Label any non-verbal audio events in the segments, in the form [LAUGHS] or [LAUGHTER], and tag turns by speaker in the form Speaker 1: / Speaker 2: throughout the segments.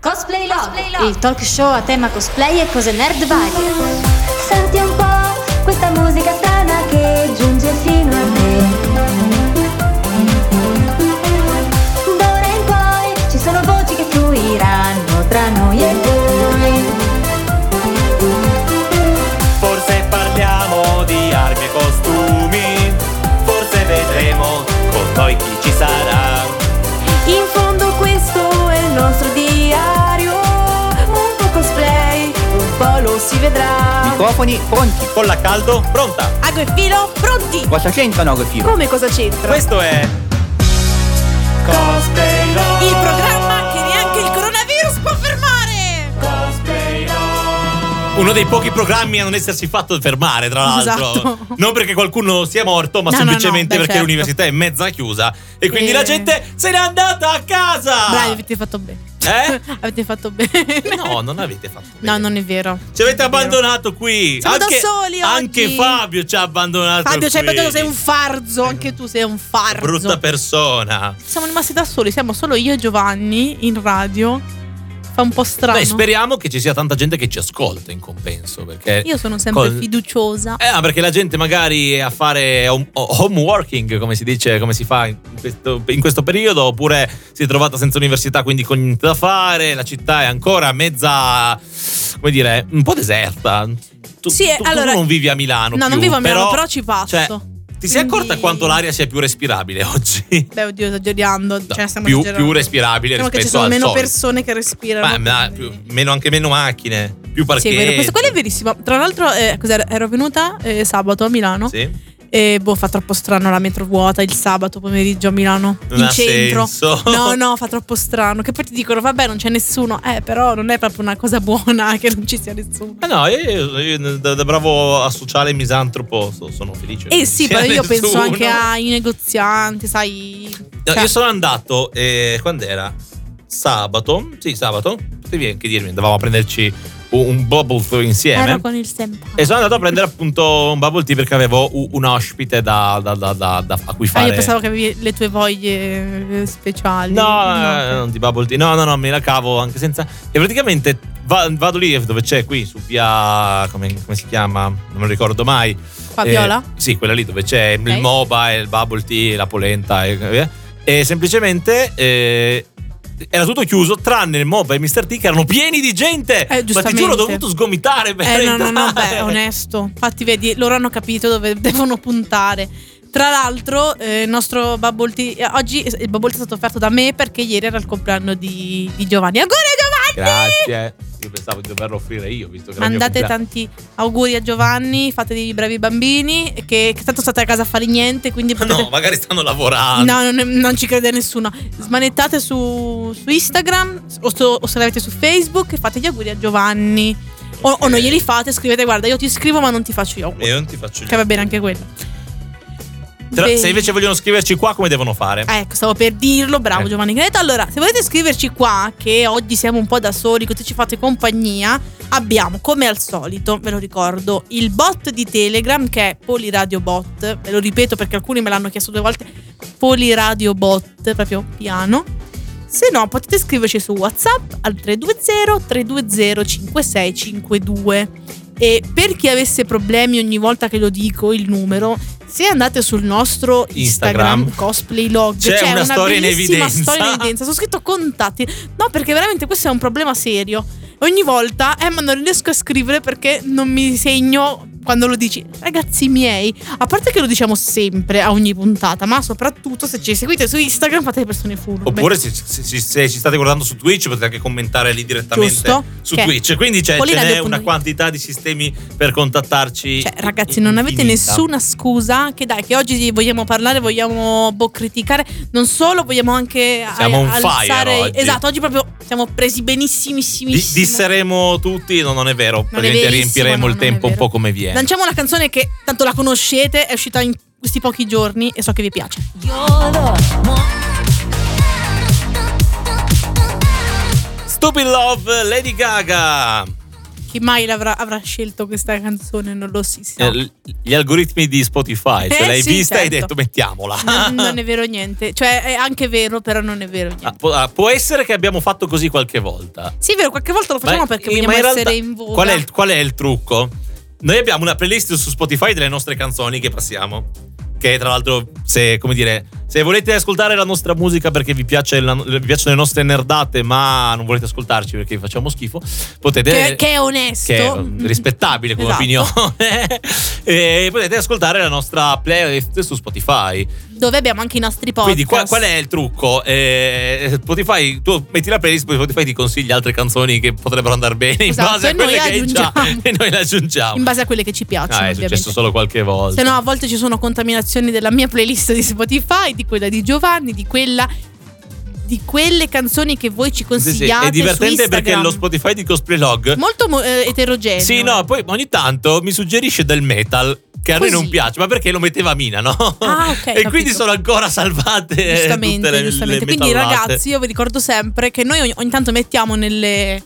Speaker 1: Cosplay Log, il talk show a tema cosplay e cose nerd varie.
Speaker 2: Senti un po' questa musica strana che giunge fino a te. D'ora in poi ci sono voci che fluiranno tra noi e voi.
Speaker 3: Forse parliamo di armi e costumi, forse vedremo con noi chi ci sarà.
Speaker 4: In fondo questo è il nostro diario, un po' cosplay, un po' lo si vedrà.
Speaker 5: Microfoni pronti.
Speaker 3: Colla a caldo, pronta!
Speaker 4: Ago e filo, pronti!
Speaker 5: Cosa c'entrano che filo?
Speaker 4: Come cosa c'entra?
Speaker 3: Questo è Cosplay Log,
Speaker 4: Il programma che neanche il coronavirus può fermare!
Speaker 3: uno dei pochi programmi a non essersi fatto fermare, tra l'altro.
Speaker 4: Esatto.
Speaker 3: Non perché qualcuno sia morto, ma
Speaker 4: No, no, no,
Speaker 3: semplicemente
Speaker 4: beh,
Speaker 3: perché
Speaker 4: certo.
Speaker 3: l'università è mezza chiusa e quindi
Speaker 4: E-
Speaker 3: la gente se n'è andata a casa.
Speaker 4: Bravi, avete fatto bene. [LAUGHS]
Speaker 3: Eh?
Speaker 4: avete fatto bene.
Speaker 3: No, non avete fatto
Speaker 4: No,
Speaker 3: bene.
Speaker 4: non è vero.
Speaker 3: Ci avete
Speaker 4: Non è vero.
Speaker 3: abbandonato qui.
Speaker 4: Siamo da
Speaker 3: anche,
Speaker 4: soli oggi.
Speaker 3: anche Fabio ci ha abbandonato.
Speaker 4: Fabio, ci hai
Speaker 3: qui.
Speaker 4: pensato sei un farzo, anche tu sei un farzo.
Speaker 3: Brutta persona.
Speaker 4: Siamo rimasti da soli, siamo solo io e Giovanni in radio. Fa un po' strano.
Speaker 3: Beh, speriamo che ci sia tanta gente che ci ascolta in compenso. Perché
Speaker 4: io sono sempre
Speaker 3: col-
Speaker 4: fiduciosa.
Speaker 3: Eh, ah, perché la gente magari è a fare home, home working, come si dice, come si fa in questo, in questo periodo, oppure si è trovata senza università, quindi con niente da fare, la città è ancora mezza, come dire, un po' deserta. Tu,
Speaker 4: Sì,
Speaker 3: tu- tu
Speaker 4: allora-
Speaker 3: non vivi a Milano.
Speaker 4: No,
Speaker 3: più,
Speaker 4: non vivo a Milano,
Speaker 3: però,
Speaker 4: però, ci passo.
Speaker 3: cioè, ti sei
Speaker 4: Quindi-
Speaker 3: accorta quanto l'aria sia più respirabile [LAUGHS] oggi?
Speaker 4: Beh, oddio, esageriando.
Speaker 3: No,
Speaker 4: cioè, stiamo
Speaker 3: più,
Speaker 4: esagerando.
Speaker 3: più respirabile
Speaker 4: Diciamo
Speaker 3: rispetto
Speaker 4: che ci sono
Speaker 3: al
Speaker 4: meno
Speaker 3: solito.
Speaker 4: persone che respirano.
Speaker 3: Ma, ma più-
Speaker 4: quindi-
Speaker 3: meno, anche meno macchine, più
Speaker 4: Sì,
Speaker 3: parcheggi.
Speaker 4: è vero. Questo, quello è verissimo. Tra l'altro, eh, cos'era? ero venuta eh, sabato a Milano.
Speaker 3: Sì.
Speaker 4: E boh, fa troppo strano la metro vuota il sabato pomeriggio a Milano.
Speaker 3: Non
Speaker 4: in
Speaker 3: ha
Speaker 4: centro.
Speaker 3: senso.
Speaker 4: No, no, fa troppo strano. Che poi ti dicono, vabbè, non c'è nessuno. Eh, però non è proprio una cosa buona [LAUGHS] che non ci sia nessuno.
Speaker 3: Ma Eh no, io, io da, da bravo asociale misantropo so- sono felice. Cioè,
Speaker 4: Eh sì,
Speaker 3: C'era
Speaker 4: però io
Speaker 3: nessuno.
Speaker 4: penso anche ai negozianti, sai.
Speaker 3: No,
Speaker 4: cioè-
Speaker 3: io sono andato, eh, quando era? Sabato, sì sabato, devi anche dirmi, andavamo a prenderci un, un bubble tea insieme.
Speaker 4: Ero con il senpai.
Speaker 3: E sono andato a prendere appunto un bubble tea perché avevo u- un ospite da, da- da- da- da- a cui
Speaker 4: Ah,
Speaker 3: fare.
Speaker 4: io pensavo che avevi le tue voglie eh, speciali.
Speaker 3: No, eh, non di bubble tea. No, no, no, me la cavo anche senza. E praticamente va- vado lì dove c'è qui su via. Come, come si chiama? Non me lo ricordo mai.
Speaker 4: Fabiola?
Speaker 3: Eh, sì, quella lì dove c'è
Speaker 4: Ok.
Speaker 3: il MOBA, e il bubble tea, la polenta e via. E semplicemente eh, era tutto chiuso tranne il MOBA e Mr. T che erano pieni di gente.
Speaker 4: Eh,
Speaker 3: Ma ti
Speaker 4: giustamente.
Speaker 3: giuro, ho dovuto sgomitare per
Speaker 4: Eh no, no, no,
Speaker 3: entrare.
Speaker 4: beh,
Speaker 3: [LAUGHS]
Speaker 4: onesto. Infatti, vedi, loro hanno capito dove [LAUGHS] devono puntare. Tra l'altro, eh, il nostro Bubble Tea- eh, Oggi il Bubble Tea è stato offerto da me perché ieri era il compleanno di, di Giovanni. Auguri a Giovanni!
Speaker 3: Grazie. Io pensavo di doverlo offrire io, visto che era il mio
Speaker 4: Mandate
Speaker 3: compleanno.
Speaker 4: tanti auguri a Giovanni, fate dei bravi bambini, che, che tanto state a casa a fare niente, quindi potete...
Speaker 3: [LAUGHS] No, magari stanno lavorando.
Speaker 4: No, non, non ci crede nessuno. Smanettate su, su Instagram o, su- o se l'avete su Facebook e fate gli auguri a Giovanni. O, o non glieli fate, scrivete, guarda, io ti scrivo ma non ti faccio gli auguri.
Speaker 3: E non ti faccio
Speaker 4: Che va bene anche quello.
Speaker 3: Tra-
Speaker 4: Beh,
Speaker 3: se invece vogliono scriverci qua, come devono fare?
Speaker 4: ah, Ecco, stavo per dirlo, bravo
Speaker 3: Eh.
Speaker 4: Giovanni Creto. Allora, se volete scriverci qua, che oggi siamo un po' da soli, così ci fate compagnia, abbiamo come al solito, ve lo ricordo, il bot di Telegram che è Poliradio Bot. Ve lo ripeto perché alcuni me l'hanno chiesto due volte. Poliradio Bot, proprio piano. Se no, potete scriverci su WhatsApp al 320-320-5652. E per chi avesse problemi ogni volta che lo dico il numero, se andate sul nostro Instagram,
Speaker 3: Instagram.
Speaker 4: cosplay log,
Speaker 3: C'è Cioè, una storia in
Speaker 4: bellissima
Speaker 3: evidenza.
Speaker 4: storia in evidenza. Sono scritto contatti. No, perché veramente questo è un problema serio. Ogni volta, eh, ma non riesco a scrivere perché non mi segno quando lo dici. Ragazzi miei, a parte che lo diciamo sempre a ogni puntata, ma soprattutto se ci seguite su Instagram fate le persone furbe.
Speaker 3: Oppure se, se- se- se ci state guardando su Twitch potete anche commentare lì direttamente
Speaker 4: Giusto.
Speaker 3: su
Speaker 4: Che-
Speaker 3: Twitch. Quindi c'è, ce n'è
Speaker 4: Poliradio.it.
Speaker 3: una quantità di sistemi per contattarci.
Speaker 4: Cioè, ragazzi, non avete
Speaker 3: infinita.
Speaker 4: nessuna scusa. Che dai, che oggi vogliamo parlare, vogliamo boh, criticare. Non solo, vogliamo anche a-
Speaker 3: Siamo on fire
Speaker 4: alzare.
Speaker 3: oggi.
Speaker 4: Esatto, oggi proprio siamo presi benissimissimi.
Speaker 3: Di- disseremo tutti, no, non è vero. praticamente
Speaker 4: verissimo,
Speaker 3: riempiremo
Speaker 4: no,
Speaker 3: il
Speaker 4: non è
Speaker 3: tempo un
Speaker 4: vero.
Speaker 3: po' come viene.
Speaker 4: Lanciamo una canzone che tanto la conoscete, è uscita in questi pochi giorni e so che vi piace.
Speaker 3: Stupid Love, Lady Gaga.
Speaker 4: Chi mai l'avrà- avrà scelto questa canzone non lo si sa.
Speaker 3: Eh, l- Gli algoritmi di Spotify, cioè
Speaker 4: Eh,
Speaker 3: l'hai
Speaker 4: sì,
Speaker 3: vista e hai
Speaker 4: certo.
Speaker 3: detto mettiamola. [LAUGHS]
Speaker 4: non, non è vero niente. Cioè, è anche vero, però non è vero niente.
Speaker 3: Ah, può, ah, può essere che abbiamo fatto così qualche volta.
Speaker 4: Sì, è vero, qualche volta lo facciamo
Speaker 3: Ma-
Speaker 4: perché
Speaker 3: eh,
Speaker 4: vogliamo
Speaker 3: ma in
Speaker 4: essere
Speaker 3: realtà
Speaker 4: in voga.
Speaker 3: Qual è, il, qual è il trucco? Noi abbiamo una playlist su Spotify delle nostre canzoni che passiamo. Che tra l'altro, se, come dire, se volete ascoltare la nostra musica perché vi, piace la- vi piacciono le nostre nerdate, ma non volete ascoltarci perché vi facciamo schifo, potete.
Speaker 4: che, che è onesto.
Speaker 3: che è rispettabile come
Speaker 4: Esatto.
Speaker 3: opinione. [LAUGHS] e potete ascoltare la nostra playlist su Spotify.
Speaker 4: Dove abbiamo anche i nostri podcast.
Speaker 3: Quindi qua- qual è il trucco? Eh, Spotify, tu metti la playlist, poi Spotify ti consiglia altre canzoni che potrebbero andare bene in
Speaker 4: Esatto,
Speaker 3: base
Speaker 4: e
Speaker 3: a
Speaker 4: noi
Speaker 3: quelle che hai già
Speaker 4: aggiungiamo.
Speaker 3: e noi le aggiungiamo.
Speaker 4: In base a quelle che ci piacciono,
Speaker 3: Ah, è
Speaker 4: ovviamente.
Speaker 3: successo solo qualche volta.
Speaker 4: Se no, a volte ci sono contaminazioni della mia playlist di Spotify, di quella di Giovanni, di quella di quelle canzoni che voi ci
Speaker 3: Sì, sì,
Speaker 4: consigliate.
Speaker 3: È
Speaker 4: su
Speaker 3: divertente perché
Speaker 4: Instagram.
Speaker 3: lo Spotify di Cosplay Log.
Speaker 4: Molto mo- eh, eterogeneo.
Speaker 3: Sì, no, poi ogni tanto mi suggerisce del metal. Che a noi
Speaker 4: Così.
Speaker 3: non piace, ma perché lo metteva Mina, no?
Speaker 4: Ah,
Speaker 3: [LAUGHS]
Speaker 4: ok,
Speaker 3: e
Speaker 4: capito.
Speaker 3: quindi sono ancora salvate. eh,
Speaker 4: Giustamente,
Speaker 3: tutte le, le
Speaker 4: giustamente. Quindi,
Speaker 3: metallate.
Speaker 4: ragazzi, io vi ricordo sempre che noi ogni, ogni tanto mettiamo nelle.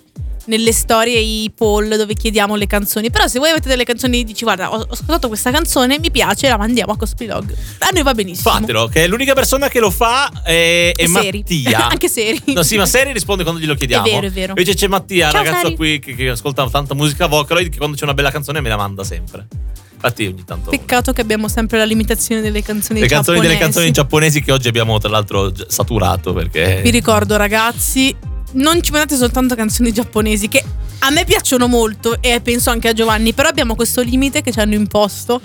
Speaker 4: Nelle storie i poll dove chiediamo le canzoni. Però, se voi avete delle canzoni, dici: Guarda, ho, ho ascoltato questa canzone, mi piace, la mandiamo a Cospilog. A noi va benissimo.
Speaker 3: Fatelo, che è l'unica persona che lo fa è, è
Speaker 4: E seri.
Speaker 3: Mattia.
Speaker 4: [LAUGHS] Anche seri.
Speaker 3: [LAUGHS] No, sì, ma Seri risponde quando glielo chiediamo.
Speaker 4: È vero, è vero.
Speaker 3: Invece c'è Mattia,
Speaker 4: Ciao,
Speaker 3: ragazzo
Speaker 4: Seri.
Speaker 3: qui che, che ascolta tanta musica Vocaloid, che quando c'è una bella canzone me la manda sempre. Infatti ogni tanto...
Speaker 4: Peccato che abbiamo sempre la limitazione delle canzoni
Speaker 3: le canzoni delle
Speaker 4: giapponesi.
Speaker 3: canzoni giapponesi che oggi abbiamo tra l'altro già saturato perché...
Speaker 4: Vi ricordo, ragazzi, non ci mandate soltanto canzoni giapponesi che a me piacciono molto e penso anche a Giovanni, però abbiamo questo limite che ci hanno imposto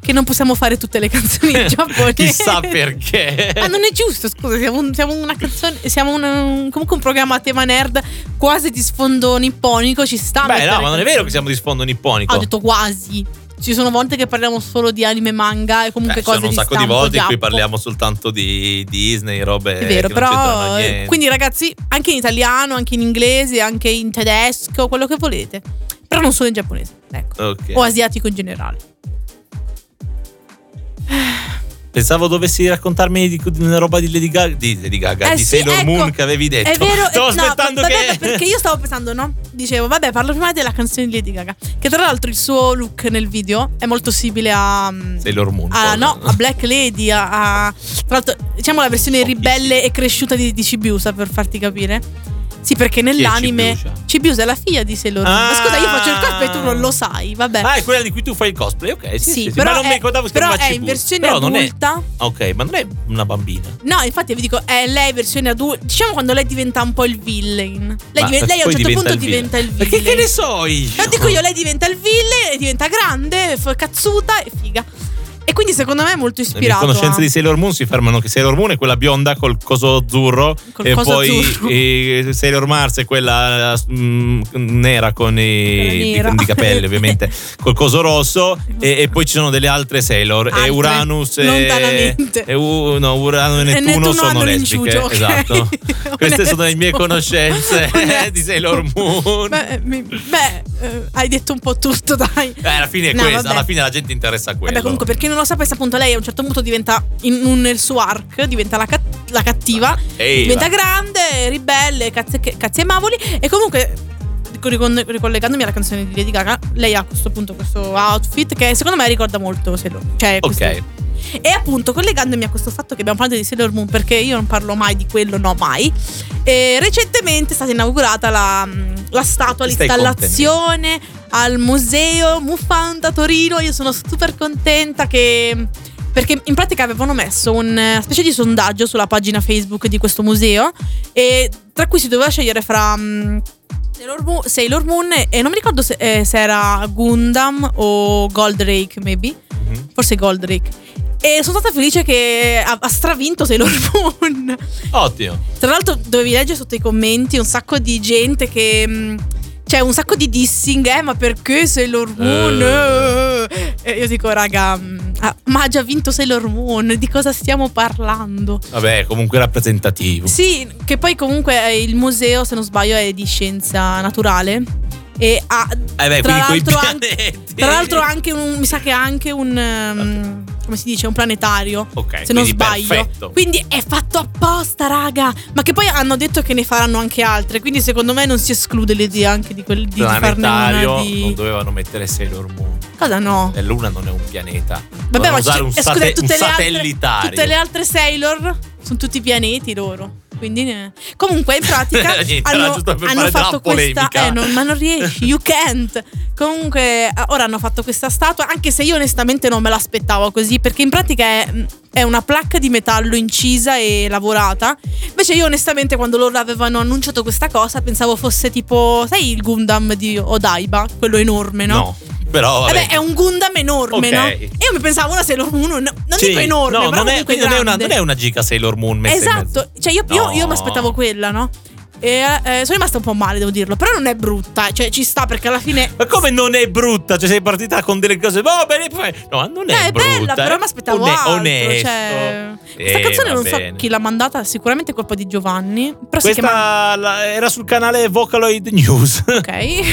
Speaker 4: che non possiamo fare tutte
Speaker 3: [LAUGHS]
Speaker 4: le canzoni giapponesi.
Speaker 3: Chissà perché.
Speaker 4: Ma non è giusto, scusa, siamo, un- siamo una canzone, siamo un- un- comunque un programma a tema nerd quasi di sfondo nipponico, ci sta.
Speaker 3: Beh,
Speaker 4: mettere
Speaker 3: no, ma non è vero che siamo di
Speaker 4: canzoni.
Speaker 3: sfondo nipponico.
Speaker 4: Ho detto quasi. Ci sono volte che parliamo solo di anime, manga e comunque
Speaker 3: Eh, ci
Speaker 4: cose
Speaker 3: sono un
Speaker 4: di
Speaker 3: sacco di
Speaker 4: stampo
Speaker 3: volte in cui
Speaker 4: giappo.
Speaker 3: parliamo soltanto di Disney, robe
Speaker 4: È vero,
Speaker 3: Eh, che non c'entrano
Speaker 4: però.
Speaker 3: niente.
Speaker 4: Quindi, ragazzi, anche in italiano, anche in inglese, anche in tedesco, quello che volete. Però non solo in giapponese, ecco.
Speaker 3: Ok.
Speaker 4: O asiatico in generale.
Speaker 3: Pensavo dovessi raccontarmi di, di una roba di Lady Gaga, di, Lady Gaga,
Speaker 4: Eh
Speaker 3: di
Speaker 4: sì,
Speaker 3: Sailor
Speaker 4: ecco.
Speaker 3: Moon che avevi detto.
Speaker 4: È
Speaker 3: [LAUGHS]
Speaker 4: vero,
Speaker 3: Stavo
Speaker 4: eh, no,
Speaker 3: aspettando
Speaker 4: vabbè,
Speaker 3: che.
Speaker 4: perché io stavo pensando, no? Dicevo, vabbè, parlo prima della canzone di Lady Gaga. Che tra l'altro il suo look nel video è molto simile a.
Speaker 3: Sailor Moon.
Speaker 4: Ah,
Speaker 3: poi.
Speaker 4: no, a Black Lady, a, a- tra l'altro, diciamo la versione
Speaker 3: Pochissimo.
Speaker 4: ribelle e cresciuta di, di Cibiusa per farti capire. Sì, perché nell'anime
Speaker 3: Cibiusa?
Speaker 4: Cibiusa è la figlia di Sailor Moon. Ma
Speaker 3: Ah.
Speaker 4: scusa, io faccio il corpo e tu non lo sai, vabbè.
Speaker 3: Ah, è quella di cui tu fai il cosplay, ok. Sì,
Speaker 4: sì,
Speaker 3: sì, sì,
Speaker 4: però,
Speaker 3: ma non
Speaker 4: è,
Speaker 3: mi ricordavo che
Speaker 4: però
Speaker 3: chiamava
Speaker 4: è in
Speaker 3: Cibu.
Speaker 4: versione
Speaker 3: Però non è-
Speaker 4: adulta.
Speaker 3: Ok, ma non è una bambina.
Speaker 4: No, infatti vi dico, è lei versione adulta. Diciamo quando lei diventa un po' il villain. Lei,
Speaker 3: Ma
Speaker 4: diven- lei a un
Speaker 3: poi
Speaker 4: certo punto diventa
Speaker 3: diventa
Speaker 4: il
Speaker 3: il
Speaker 4: villain.
Speaker 3: Perché che ne so io?
Speaker 4: Ma dico io, lei diventa il villain, diventa grande, f- cazzuta e figa. E quindi secondo me è molto
Speaker 3: Le mie
Speaker 4: ispirato.
Speaker 3: conoscenze
Speaker 4: a-
Speaker 3: di Sailor Moon si fermano che Sailor Moon è quella bionda col coso azzurro
Speaker 4: Col
Speaker 3: e
Speaker 4: coso
Speaker 3: poi
Speaker 4: azzurro.
Speaker 3: eh, Sailor Mars è quella mm, nera con
Speaker 4: Quella
Speaker 3: i
Speaker 4: nera.
Speaker 3: di, di capelli
Speaker 4: [LAUGHS]
Speaker 3: ovviamente col coso rosso e, e poi ci sono delle altre Sailor
Speaker 4: Altre,
Speaker 3: e Uranus e,
Speaker 4: lontanamente.
Speaker 3: e U- no, Urano e
Speaker 4: E
Speaker 3: Nettuno,
Speaker 4: Nettuno hanno
Speaker 3: sono lesbiche
Speaker 4: l'inciucio, ok? [LAUGHS]
Speaker 3: esatto [LAUGHS] queste sono le mie
Speaker 4: Onesto. [LAUGHS]
Speaker 3: conoscenze eh, [LAUGHS]
Speaker 4: Onesto.
Speaker 3: di Sailor Moon
Speaker 4: Beh, mi- beh, eh, hai detto un po' tutto, dai.
Speaker 3: Eh, alla fine è
Speaker 4: No,
Speaker 3: questa
Speaker 4: vabbè.
Speaker 3: alla fine la gente interessa a quello
Speaker 4: Vabbè, comunque, per chi non lo sapesse, appunto, lei a un certo punto diventa in un- nel suo arc, diventa la, cat- la cattiva,
Speaker 3: Ehi,
Speaker 4: diventa
Speaker 3: va.
Speaker 4: grande, ribelle, cazze- cazzi e mavoli. E comunque, ricon- ricollegandomi alla canzone di Lady Gaga, lei ha a questo punto questo outfit che secondo me ricorda molto Sailor Moon. Cioè, questo-
Speaker 3: ok
Speaker 4: E appunto, collegandomi a questo fatto che abbiamo parlato di Sailor Moon, perché io non parlo mai di quello, no, mai. eh, recentemente è stata inaugurata la, la statua,
Speaker 3: Ti stai
Speaker 4: l'installazione al museo Mufanda Torino. Io sono super contenta che. Perché in pratica avevano messo una specie di sondaggio sulla pagina Facebook di questo museo, e tra cui si doveva scegliere fra mm, Sailor Moon, Sailor Moon e non mi ricordo se, eh, se era Gundam o Goldrake, maybe
Speaker 3: Mhm.
Speaker 4: forse Goldrake. E sono stata felice che ha, ha stravinto Sailor [LAUGHS] Moon.
Speaker 3: ottimo
Speaker 4: Tra l'altro, dovevi leggere sotto i commenti un sacco di gente che. mh, c'è un sacco di dissing, eh, ma perché Sailor Moon? eh? E io dico, raga, mh, ah, ma ha già vinto Sailor Moon, di cosa stiamo parlando?
Speaker 3: Vabbè, comunque rappresentativo.
Speaker 4: Sì, che poi comunque eh, il museo, se non sbaglio, è di scienza naturale e ha
Speaker 3: Eh beh,
Speaker 4: tra
Speaker 3: quindi coi
Speaker 4: l'altro
Speaker 3: [LAUGHS]
Speaker 4: anche,
Speaker 3: pianeti.
Speaker 4: tra l'altro anche un, mi sa che ha anche un ehm, come si dice, un planetario.
Speaker 3: Ok,
Speaker 4: Se non
Speaker 3: quindi
Speaker 4: sbaglio.
Speaker 3: perfetto.
Speaker 4: Quindi è fatto apposta, raga. Ma che poi hanno detto che ne faranno anche altre. Quindi secondo me non si esclude l'idea anche di, quel, di farne
Speaker 3: planetario
Speaker 4: una di...
Speaker 3: oh, non dovevano mettere Sailor Moon.
Speaker 4: Cosa no?
Speaker 3: E Luna non è un pianeta.
Speaker 4: Vabbè,
Speaker 3: Dovevano
Speaker 4: ma
Speaker 3: usare
Speaker 4: ci-
Speaker 3: un,
Speaker 4: eh,
Speaker 3: sate-
Speaker 4: scusate,
Speaker 3: un
Speaker 4: tutte le altre-
Speaker 3: satellitario.
Speaker 4: Tutte le altre Sailor sono tutti pianeti loro. Quindi, ne- comunque, in pratica
Speaker 3: [LAUGHS] Niente, era
Speaker 4: hanno,
Speaker 3: giusto per
Speaker 4: hanno
Speaker 3: fare della
Speaker 4: fatto questa.
Speaker 3: polemica.
Speaker 4: eh, non- ma non riesci, you can't. Comunque, eh, ora hanno fatto questa statua. Anche se io onestamente non me l'aspettavo così, perché in pratica è, è una placca di metallo incisa e lavorata. Invece, io onestamente, quando loro avevano annunciato questa cosa, pensavo fosse tipo, sai, il Gundam di Odaiba, quello enorme,
Speaker 3: no. però vabbè.
Speaker 4: Vabbè, Eh, è un Gundam enorme,
Speaker 3: Ok.
Speaker 4: no? E Io mi pensavo una Sailor Moon, no- non
Speaker 3: Sì,
Speaker 4: dico enorme,
Speaker 3: no,
Speaker 4: però
Speaker 3: non è,
Speaker 4: comunque
Speaker 3: quindi non è una,
Speaker 4: grande.
Speaker 3: non è una giga Sailor Moon messa in mezzo.
Speaker 4: Esatto, cioè io, io- io
Speaker 3: No.
Speaker 4: mi aspettavo quella, no? E eh, sono rimasta un po' male, devo dirlo, però non è brutta, cioè ci sta perché alla fine
Speaker 3: Ma come non è brutta? Cioè, sei partita con delle cose. Oh, No, bene, poi- No, non è
Speaker 4: No, è
Speaker 3: brutta.
Speaker 4: bella, però
Speaker 3: eh.
Speaker 4: mi aspettavo
Speaker 3: One-
Speaker 4: altro,
Speaker 3: onesto.
Speaker 4: cioè. Questa
Speaker 3: Eh,
Speaker 4: canzone
Speaker 3: va
Speaker 4: non so
Speaker 3: bene.
Speaker 4: chi l'ha mandata, sicuramente colpa di Giovanni, però si chiama
Speaker 3: Questa la- era sul canale Vocaloid News. [LAUGHS]
Speaker 4: Ok.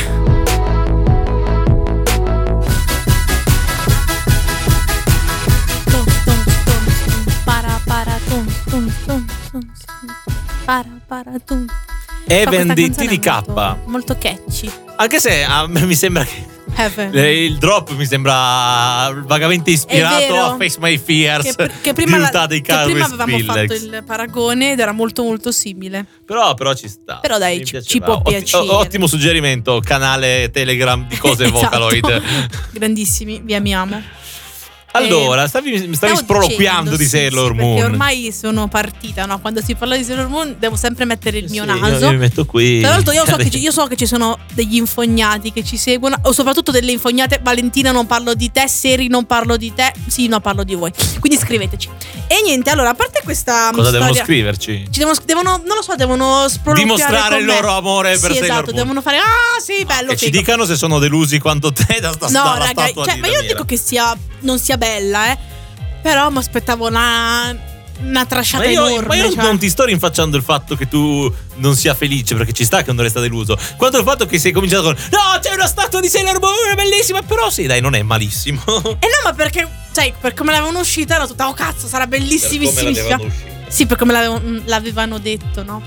Speaker 6: Tum, tum, tum, tum, para para tum tum tum tum tum, para para tum.
Speaker 3: e
Speaker 6: Però questa
Speaker 3: venditi
Speaker 6: canzone è
Speaker 3: di K.
Speaker 6: Molto, molto catchy.
Speaker 3: Anche se a me [LAUGHS] mi sembra che.
Speaker 4: Heaven.
Speaker 3: eh, Il drop mi sembra vagamente
Speaker 4: È
Speaker 3: ispirato
Speaker 4: vero.
Speaker 3: a Face My Fears
Speaker 4: Che, pr- che prima,
Speaker 3: di
Speaker 4: la-
Speaker 3: Utah dei
Speaker 4: che prima
Speaker 3: Cowboys
Speaker 4: avevamo fatto
Speaker 3: Skrillex.
Speaker 4: il paragone ed era molto molto simile.
Speaker 3: Però, però ci sta.
Speaker 4: Però dai,
Speaker 3: Mi
Speaker 4: ci-
Speaker 3: piaceva.
Speaker 4: ci può
Speaker 3: Otti-
Speaker 4: piacere.
Speaker 3: o- ottimo suggerimento, canale Telegram di cose
Speaker 4: [LAUGHS] Esatto.
Speaker 3: Vocaloid.
Speaker 4: Grandissimi, vi amiamo.
Speaker 3: Allora, stavi, mi stavi
Speaker 4: Stavo
Speaker 3: sproloquiando
Speaker 4: dicendo,
Speaker 3: di
Speaker 4: sì,
Speaker 3: Sailor
Speaker 4: sì,
Speaker 3: Moon.
Speaker 4: Perché ormai sono partita, no? Quando si parla di Sailor Moon devo sempre mettere il mio
Speaker 3: Sì, io-
Speaker 4: naso.
Speaker 3: Io mi metto qui.
Speaker 4: Tra l'altro io so, che ci, io so che ci sono degli infognati che ci seguono, o soprattutto delle infognate. Valentina non parlo di te, Seri non parlo di te, sì no parlo di voi. Quindi scriveteci. E niente, allora a parte questa...
Speaker 3: Cosa devono
Speaker 4: storia-
Speaker 3: scriverci?
Speaker 4: ci devono, devono- non lo so, devono sproloquiare
Speaker 3: Dimostrare
Speaker 4: con
Speaker 3: il
Speaker 4: me.
Speaker 3: loro amore
Speaker 4: Sì,
Speaker 3: per Sailor
Speaker 4: esatto,
Speaker 3: Moon.
Speaker 4: devono fare ah sì bello
Speaker 3: e ci
Speaker 4: figo."
Speaker 3: dicano se sono delusi quanto te da sta
Speaker 4: No,
Speaker 3: dalla
Speaker 4: raga,
Speaker 3: statua
Speaker 4: cioè,
Speaker 3: di
Speaker 4: ma io non
Speaker 3: Daniela.
Speaker 4: dico che sia, non sia bella, eh. Però mi aspettavo una, una
Speaker 3: Ma
Speaker 4: trasciata
Speaker 3: io,
Speaker 4: enorme.
Speaker 3: ma io
Speaker 4: cioè.
Speaker 3: non ti sto rinfacciando il fatto che tu non sia felice, perché ci sta che non resta deluso. Quanto il fatto che sei cominciato con No, c'è una statua di Sailor Moon, è bellissima, però sì, dai, non è [LAUGHS] malissimo.
Speaker 4: Eh no, ma perché, sai, per come l'avevano uscita era tutta, oh cazzo, sarà bellissimissima. Sì, per come l'avevo- mm, l'avevano
Speaker 3: [LAUGHS]
Speaker 4: detto, no?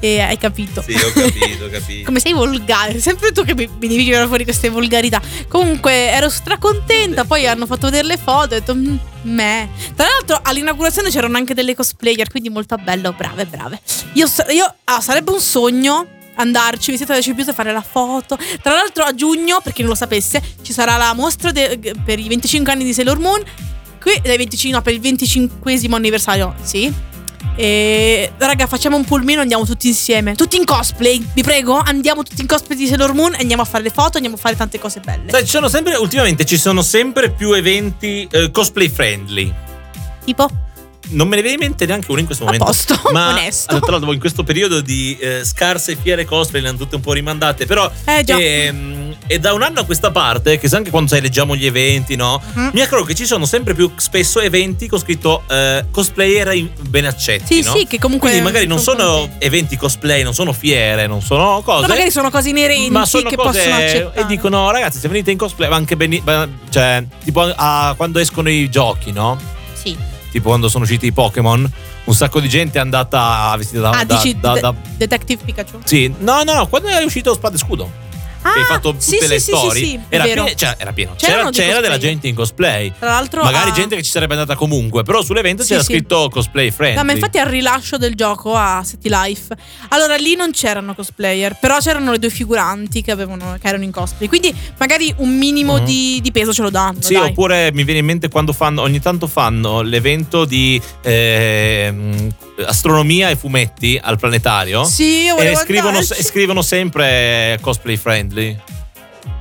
Speaker 4: e hai capito.
Speaker 3: ho capito.
Speaker 4: [LAUGHS] Come sei volgare, sempre tu che mi, mi devi tirare fuori queste volgarità. Comunque ero stracontenta, poi hanno fatto vedere le foto e ho detto "Mm, meh. Tra l'altro all'inaugurazione c'erano anche delle cosplayer, quindi molto bello, brave, brave. Io, sa- io- ah, sarebbe un sogno andarci, visitare la Cibius e fare la foto. Tra l'altro a giugno, per chi non lo sapesse, ci sarà la mostra de- per i 25 anni di Sailor Moon. Qui dai 25, no, per il 25 anniversario, sì. E raga, facciamo un pulmino, andiamo tutti insieme. Tutti in cosplay, vi prego, andiamo tutti in cosplay di Sailor Moon e andiamo a fare le foto, andiamo a fare tante cose belle.
Speaker 3: Sai, ci sono sempre, ultimamente ci sono sempre più eventi eh, cosplay friendly.
Speaker 4: Tipo,
Speaker 3: Non me ne viene in mente neanche uno in questo
Speaker 4: a
Speaker 3: momento.
Speaker 4: posto,
Speaker 3: [LAUGHS] Ma
Speaker 4: onesto.
Speaker 3: allora, tra l'altro in questo periodo di eh, scarse fiere cosplay le hanno tutte un po' rimandate, però
Speaker 4: Eh già.
Speaker 3: ehm, è da un anno a questa parte, che sai anche quando sai leggiamo gli eventi, no?
Speaker 4: Mhm.
Speaker 3: Mi accorgo che ci sono sempre più spesso eventi con scritto eh, cosplayer in- ben accetti,
Speaker 4: Sì,
Speaker 3: no?
Speaker 4: sì, che comunque
Speaker 3: Quindi magari non sono
Speaker 4: contenti.
Speaker 3: eventi cosplay, non sono fiere, non sono cose.
Speaker 4: No, magari sono cose inerenti
Speaker 3: ma sono
Speaker 4: che
Speaker 3: cose eh,
Speaker 4: possono accettare.
Speaker 3: e dicono ragazzi se venite in cosplay va anche bene cioè tipo a- quando escono i giochi no?
Speaker 4: Sì.
Speaker 3: tipo quando sono usciti i Pokémon, un sacco di gente è andata vestita da.
Speaker 4: Ah,
Speaker 3: da-
Speaker 4: dici
Speaker 3: da-
Speaker 4: de-
Speaker 3: da-
Speaker 4: Detective Pikachu?
Speaker 3: sì, no, no, no, quando è uscito Spada e Scudo,
Speaker 4: Ah,
Speaker 3: che hai fatto tutte
Speaker 4: sì, sì,
Speaker 3: le
Speaker 4: sì,
Speaker 3: storie,
Speaker 4: sì, sì, è
Speaker 3: era,
Speaker 4: vero.
Speaker 3: pieno, cioè, era pieno.
Speaker 4: C'erano
Speaker 3: C'era, c'era
Speaker 4: dei
Speaker 3: della
Speaker 4: cosplayer.
Speaker 3: gente in cosplay.
Speaker 4: Tra l'altro
Speaker 3: Magari
Speaker 4: a-
Speaker 3: gente che ci sarebbe andata comunque, però sull'evento
Speaker 4: Sì,
Speaker 3: c'era
Speaker 4: sì.
Speaker 3: scritto cosplay friendly.
Speaker 4: No, ma infatti al rilascio del gioco a City Life. Allora lì non c'erano cosplayer, però c'erano le due figuranti che, avevano, che erano in cosplay. Quindi magari un minimo
Speaker 3: Mhm.
Speaker 4: di, di peso ce lo danno.
Speaker 3: Sì,
Speaker 4: dai.
Speaker 3: oppure mi viene in mente quando fanno, ogni tanto fanno l'evento di ehm, astronomia e fumetti al planetario.
Speaker 4: Sì, io
Speaker 3: E
Speaker 4: volevo
Speaker 3: scrivono,
Speaker 4: andarci.
Speaker 3: scrivono sempre cosplay friendly.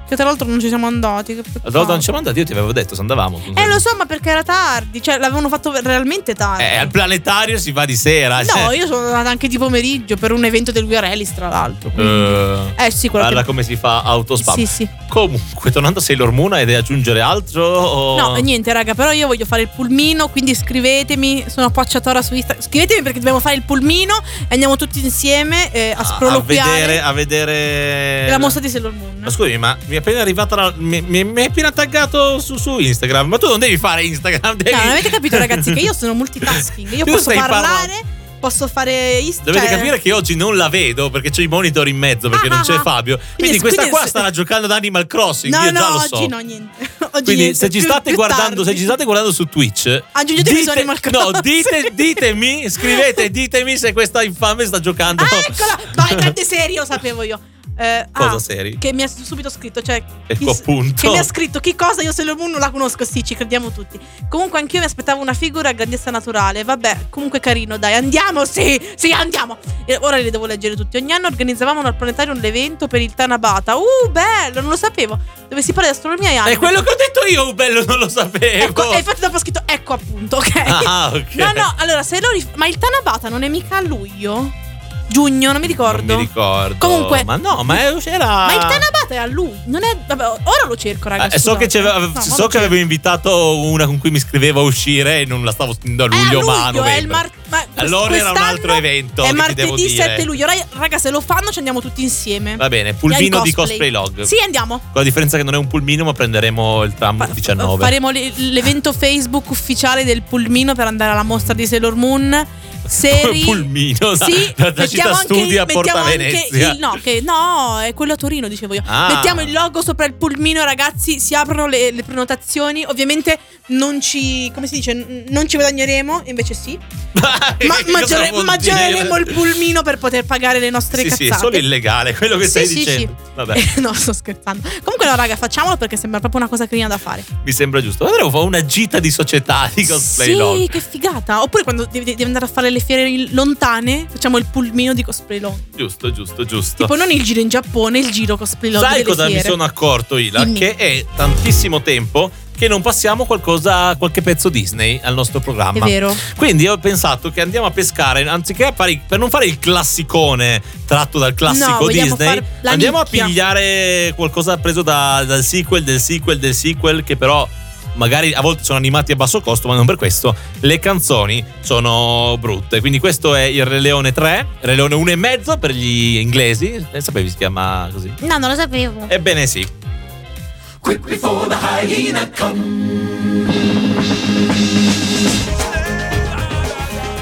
Speaker 4: Che tra l'altro non ci siamo andati. che peccato.
Speaker 3: Allora, non siamo andati, io ti avevo detto se andavamo.
Speaker 4: Eh, lo so, ma perché era tardi. Cioè, l'avevano fatto realmente tardi.
Speaker 3: Eh, al planetario si va di sera. cioè,
Speaker 4: No, io sono andata anche di pomeriggio per un evento del Guiarellis, tra l'altro. quindi- eh sì, quello
Speaker 3: guarda
Speaker 4: che...
Speaker 3: come si fa autospam.
Speaker 4: Sì, sì.
Speaker 3: Comunque, tornando a Sailor Moon, hai da aggiungere altro? o-
Speaker 4: No, niente, raga, però io voglio fare il pulmino, quindi scrivetemi, sono appacciatora su Instagram. Scrivetemi perché dobbiamo fare il pulmino e andiamo tutti insieme eh, a
Speaker 3: a, a
Speaker 4: sproloquiare
Speaker 3: vedere, a vedere
Speaker 4: la mostra di Sailor Moon.
Speaker 3: Ma scusami, ma mi appena arrivata la- mi, mi- mi hai appena taggato su, su Instagram. Ma tu non devi fare Instagram. Devi...
Speaker 4: No, non avete
Speaker 3: [LAUGHS]
Speaker 4: capito, ragazzi, che io sono multitasking. Io
Speaker 3: Tu
Speaker 4: posso
Speaker 3: stai
Speaker 4: parlare,
Speaker 3: parlando-
Speaker 4: posso fare cioè, Instagram.
Speaker 3: Dovete capire che oggi non la vedo perché c'è i monitor in mezzo perché
Speaker 4: Ah,
Speaker 3: non
Speaker 4: ah,
Speaker 3: c'è
Speaker 4: ah.
Speaker 3: Fabio. Quindi,
Speaker 4: Quindi-
Speaker 3: questa
Speaker 4: quindi
Speaker 3: qua
Speaker 4: se-
Speaker 3: starà giocando ad Animal Crossing.
Speaker 4: No,
Speaker 3: io già
Speaker 4: no,
Speaker 3: lo so.
Speaker 4: oggi no, niente. [LAUGHS] Oggi
Speaker 3: Quindi
Speaker 4: niente.
Speaker 3: se ci
Speaker 4: Più-
Speaker 3: state
Speaker 4: più
Speaker 3: guardando,
Speaker 4: tardi.
Speaker 3: se ci state guardando su Twitch,
Speaker 4: Aggiungetemi su Animal
Speaker 3: No,
Speaker 4: Crossing. [LAUGHS]
Speaker 3: dite- ditemi, scrivete, ditemi se questa infame sta giocando.
Speaker 4: Ah, eccola! Vai, grande serie, lo sapevo io. Eh,
Speaker 3: Cosa
Speaker 4: ah,
Speaker 3: seri?
Speaker 4: Che mi ha subito scritto, cioè. chi-
Speaker 3: Ecco appunto.
Speaker 4: Che mi ha scritto chi cosa, io Sailor Moon non la conosco, sì, ci crediamo tutti. Comunque anch'io mi aspettavo una figura a grandezza naturale, vabbè, comunque carino, dai, andiamo, sì, sì, andiamo. E ora li devo leggere tutti. Ogni anno organizzavamo al planetario un evento per il Tanabata. Uh, bello, non lo sapevo. Dove si parla di astronomia e anime.
Speaker 3: È quello che ho detto io, bello, non lo sapevo.
Speaker 4: esatto. Ecco, e infatti dopo ho scritto ecco appunto, ok?
Speaker 3: Ah, ok.
Speaker 4: No, no, allora se lo rif- Ma il Tanabata non è mica a luglio? Giugno, non mi ricordo.
Speaker 3: Non mi ricordo.
Speaker 4: Comunque-
Speaker 3: ma no, ma è- c'era.
Speaker 4: Ma il Tanabata è a lui, non è. Vabbè, ora lo cerco, ragazzi.
Speaker 3: Ah. Eh, so che, c'ave- so
Speaker 4: cioè,
Speaker 3: che avevo invitato una con cui mi scriveva a uscire e non la stavo a
Speaker 4: È Eh, a
Speaker 3: luglio, ma a
Speaker 4: luglio, è
Speaker 3: novembre.
Speaker 4: il mar- ma quest-
Speaker 3: Allora era un
Speaker 4: quest'anno
Speaker 3: altro evento
Speaker 4: È
Speaker 3: che ti devo
Speaker 4: martedì
Speaker 3: dire.
Speaker 4: 7 luglio. Ra- Raga, se lo fanno, ci andiamo tutti insieme.
Speaker 3: Va bene, pulmino di cosplay log.
Speaker 4: Sì, andiamo.
Speaker 3: Con la differenza che non è un pulmino, ma prenderemo il tram
Speaker 4: Fa-
Speaker 3: 19.
Speaker 4: Faremo le- l'evento Facebook ufficiale del pulmino per andare alla mostra di Sailor Moon. Seri.
Speaker 3: pulmino da-
Speaker 4: Sì,
Speaker 3: da- da
Speaker 4: mettiamo
Speaker 3: Città
Speaker 4: anche
Speaker 3: Studi
Speaker 4: il-
Speaker 3: a Porta
Speaker 4: mettiamo anche
Speaker 3: Venezia.
Speaker 4: il- no, che- no, è quello a Torino, dicevo io.
Speaker 3: Ah.
Speaker 4: Mettiamo il logo sopra il pulmino, ragazzi. Si aprono le, le prenotazioni. Ovviamente non ci. come si dice? N- Non ci guadagneremo, invece sì. Ma,
Speaker 3: [LAUGHS] Eh, Che cosa
Speaker 4: maggiore-
Speaker 3: vuol
Speaker 4: maggioreremo
Speaker 3: dire?
Speaker 4: il pulmino per poter pagare le nostre
Speaker 3: Sì, sì, è
Speaker 4: cazzate.
Speaker 3: solo illegale quello che
Speaker 4: Sì,
Speaker 3: stai
Speaker 4: sì,
Speaker 3: dicendo.
Speaker 4: sì.
Speaker 3: Vabbè,
Speaker 4: [LAUGHS] no, sto scherzando. Comunque, no, raga, facciamolo perché sembra proprio una cosa carina da fare.
Speaker 3: mi sembra giusto. Ma dovremmo fare una gita di società di cosplay
Speaker 4: sì,
Speaker 3: log.
Speaker 4: che figata. Oppure quando devi, devi andare a fare le fiere lontane, facciamo il pulmino di cosplay long.
Speaker 3: Giusto, giusto, giusto.
Speaker 4: Tipo non il giro in Giappone, il giro cosplay long.
Speaker 3: Sai
Speaker 4: delle
Speaker 3: cosa mi
Speaker 4: fiere.
Speaker 3: sono accorto, Ila?
Speaker 4: Dimmi.
Speaker 3: Che è tantissimo tempo che non passiamo qualcosa, qualche pezzo Disney al nostro
Speaker 4: È
Speaker 3: programma.
Speaker 4: vero.
Speaker 3: Quindi ho pensato che andiamo a pescare, anziché a fare- per non fare il classicone tratto dal classico
Speaker 4: No, vogliamo
Speaker 3: Disney,
Speaker 4: far la
Speaker 3: andiamo
Speaker 4: nicchia.
Speaker 3: a pigliare qualcosa preso da- dal sequel, del sequel, del sequel, che però magari a volte sono animati a basso costo, ma non per questo. Le canzoni sono brutte. Quindi questo è il Re Leone 3, Re Leone 1 e mezzo per gli inglesi. Eh, sapevi si chiama così?
Speaker 6: No, non lo sapevo.
Speaker 3: Ebbene sì.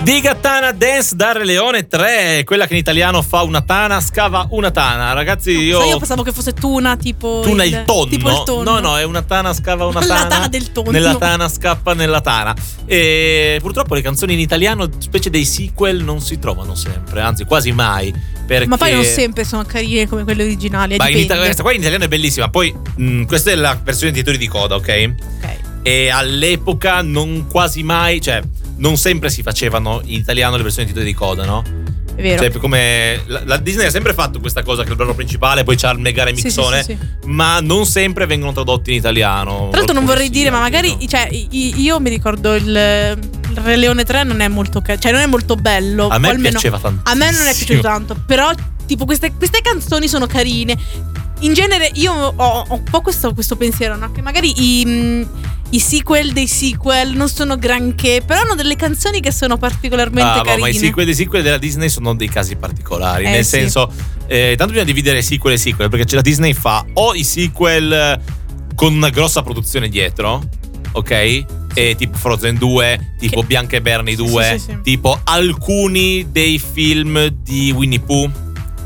Speaker 3: Di Gattana Dance da Re Leone 3, quella che in italiano fa una tana, scava una tana. Ragazzi, io.
Speaker 4: Sai, io pensavo che fosse tuna, tipo.
Speaker 3: Tuna il tonno.
Speaker 4: Tipo il
Speaker 3: No,
Speaker 4: tonno.
Speaker 3: no, è una tana, scava una
Speaker 4: [LAUGHS] La
Speaker 3: tana.
Speaker 4: tana del tonno.
Speaker 3: Nella tana scappa nella tana. E purtroppo le canzoni in italiano, specie dei sequel, non si trovano sempre, anzi quasi mai. Perché...
Speaker 4: Ma poi non sempre sono carine come quelle originali. eh,
Speaker 3: Ma in
Speaker 4: dipende.
Speaker 3: ita- questa qua in italiano è bellissima. Poi, mh, questa è la versione dei titoli di coda, ok?
Speaker 4: Ok.
Speaker 3: E all'epoca non quasi mai, cioè, non sempre si facevano in italiano le versioni dei titoli di coda, no?
Speaker 4: È vero.
Speaker 3: Cioè, come la, la Disney ha sempre fatto questa cosa che è il brano principale, poi c'ha il megare
Speaker 4: Sì, sì,
Speaker 3: mixone,
Speaker 4: sì, sì.
Speaker 3: ma non sempre vengono tradotti in italiano.
Speaker 4: Tra l'altro non
Speaker 3: Alcuni
Speaker 4: vorrei
Speaker 3: sì,
Speaker 4: dire, ma
Speaker 3: alcuni
Speaker 4: magari
Speaker 3: no.
Speaker 4: cioè, i- i- io mi ricordo il, il Re Leone 3 non è molto ca- cioè non è molto bello,
Speaker 3: A me
Speaker 4: o almeno
Speaker 3: piaceva tantissimo.
Speaker 4: a me non è piaciuto tanto, però tipo queste, queste canzoni sono carine. In genere io ho, ho un po' questo, questo pensiero, no? che magari i, mm, i sequel dei sequel non sono granché, però hanno delle canzoni che sono particolarmente
Speaker 3: Ah, boh,
Speaker 4: carine.
Speaker 3: ma i sequel dei sequel della Disney sono dei casi particolari.
Speaker 4: Eh,
Speaker 3: nel
Speaker 4: sì.
Speaker 3: senso, eh, tanto bisogna dividere sequel e sequel, perché c'è la Disney fa o i sequel eh, con una grossa produzione dietro, ok? E tipo Frozen 2, tipo
Speaker 4: Che-
Speaker 3: Bianca e Bernie
Speaker 4: Sì,
Speaker 3: 2,
Speaker 4: sì, sì, sì.
Speaker 3: tipo alcuni dei film di Winnie Pooh.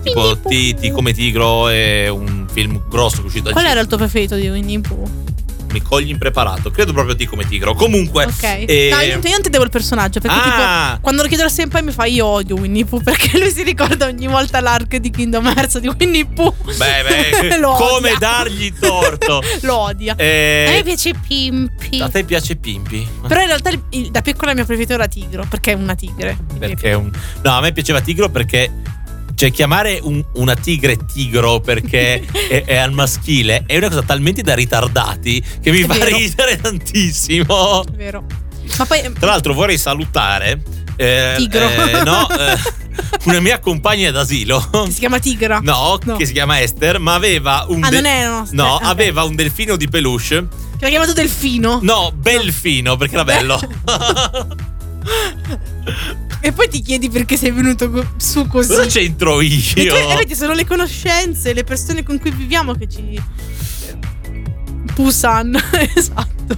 Speaker 3: Tipo
Speaker 6: Winnie Pooh.
Speaker 3: Titi come Tigro è un film grosso che è uscito a
Speaker 4: Qual era il tuo preferito di Winnie Pooh?
Speaker 3: Mi cogli impreparato. Credo proprio T come Tigro. Comunque.
Speaker 4: Ok.
Speaker 3: eh,
Speaker 4: No, io, io non ti devo il personaggio perché
Speaker 3: Ah!
Speaker 4: tipo quando lo chiedo al senpai mi fa io odio Winnie Pooh [LAUGHS] perché lui si ricorda ogni volta l'arc di Kingdom Hearts di Winnie Pooh.
Speaker 3: Beh, beh,
Speaker 4: [LAUGHS] Lo
Speaker 3: come
Speaker 4: odia.
Speaker 3: dargli torto?
Speaker 4: [LAUGHS] lo odia.
Speaker 3: eh,
Speaker 6: A me piace Pimpi.
Speaker 3: A te piace Pimpi?
Speaker 4: Però in realtà il- il- da piccola il mio preferito era Tigro perché è una tigre.
Speaker 3: Eh, Perché è un... No, a me piaceva Tigro perché... Cioè, chiamare un- una tigre tigro
Speaker 4: [LAUGHS]
Speaker 3: perché è, è al maschile è una cosa talmente da ritardati che mi
Speaker 4: È
Speaker 3: fa
Speaker 4: vero.
Speaker 3: ridere tantissimo.
Speaker 4: È vero. Ma poi eh,
Speaker 3: Tra l'altro vorrei salutare... eh,
Speaker 4: Tigro.
Speaker 3: eh,
Speaker 4: [LAUGHS]
Speaker 3: no, eh, una mia compagna d'asilo.
Speaker 4: che si chiama Tigra.
Speaker 3: No,
Speaker 4: No.
Speaker 3: che si chiama Esther, ma aveva un...
Speaker 4: Ah,
Speaker 3: de-
Speaker 4: non è no.
Speaker 3: No,
Speaker 4: aspetta, ok.
Speaker 3: aveva un delfino di peluche.
Speaker 4: Che l'ha chiamato Delfino.
Speaker 3: No, Belfino, perché era bello.
Speaker 4: [LAUGHS] E poi ti chiedi perché sei venuto co- su così.
Speaker 3: Cosa c'entro
Speaker 4: E tu- eh,
Speaker 3: io?
Speaker 4: e vedi, sono le conoscenze, le persone con cui viviamo che ci Busan, [LAUGHS] esatto.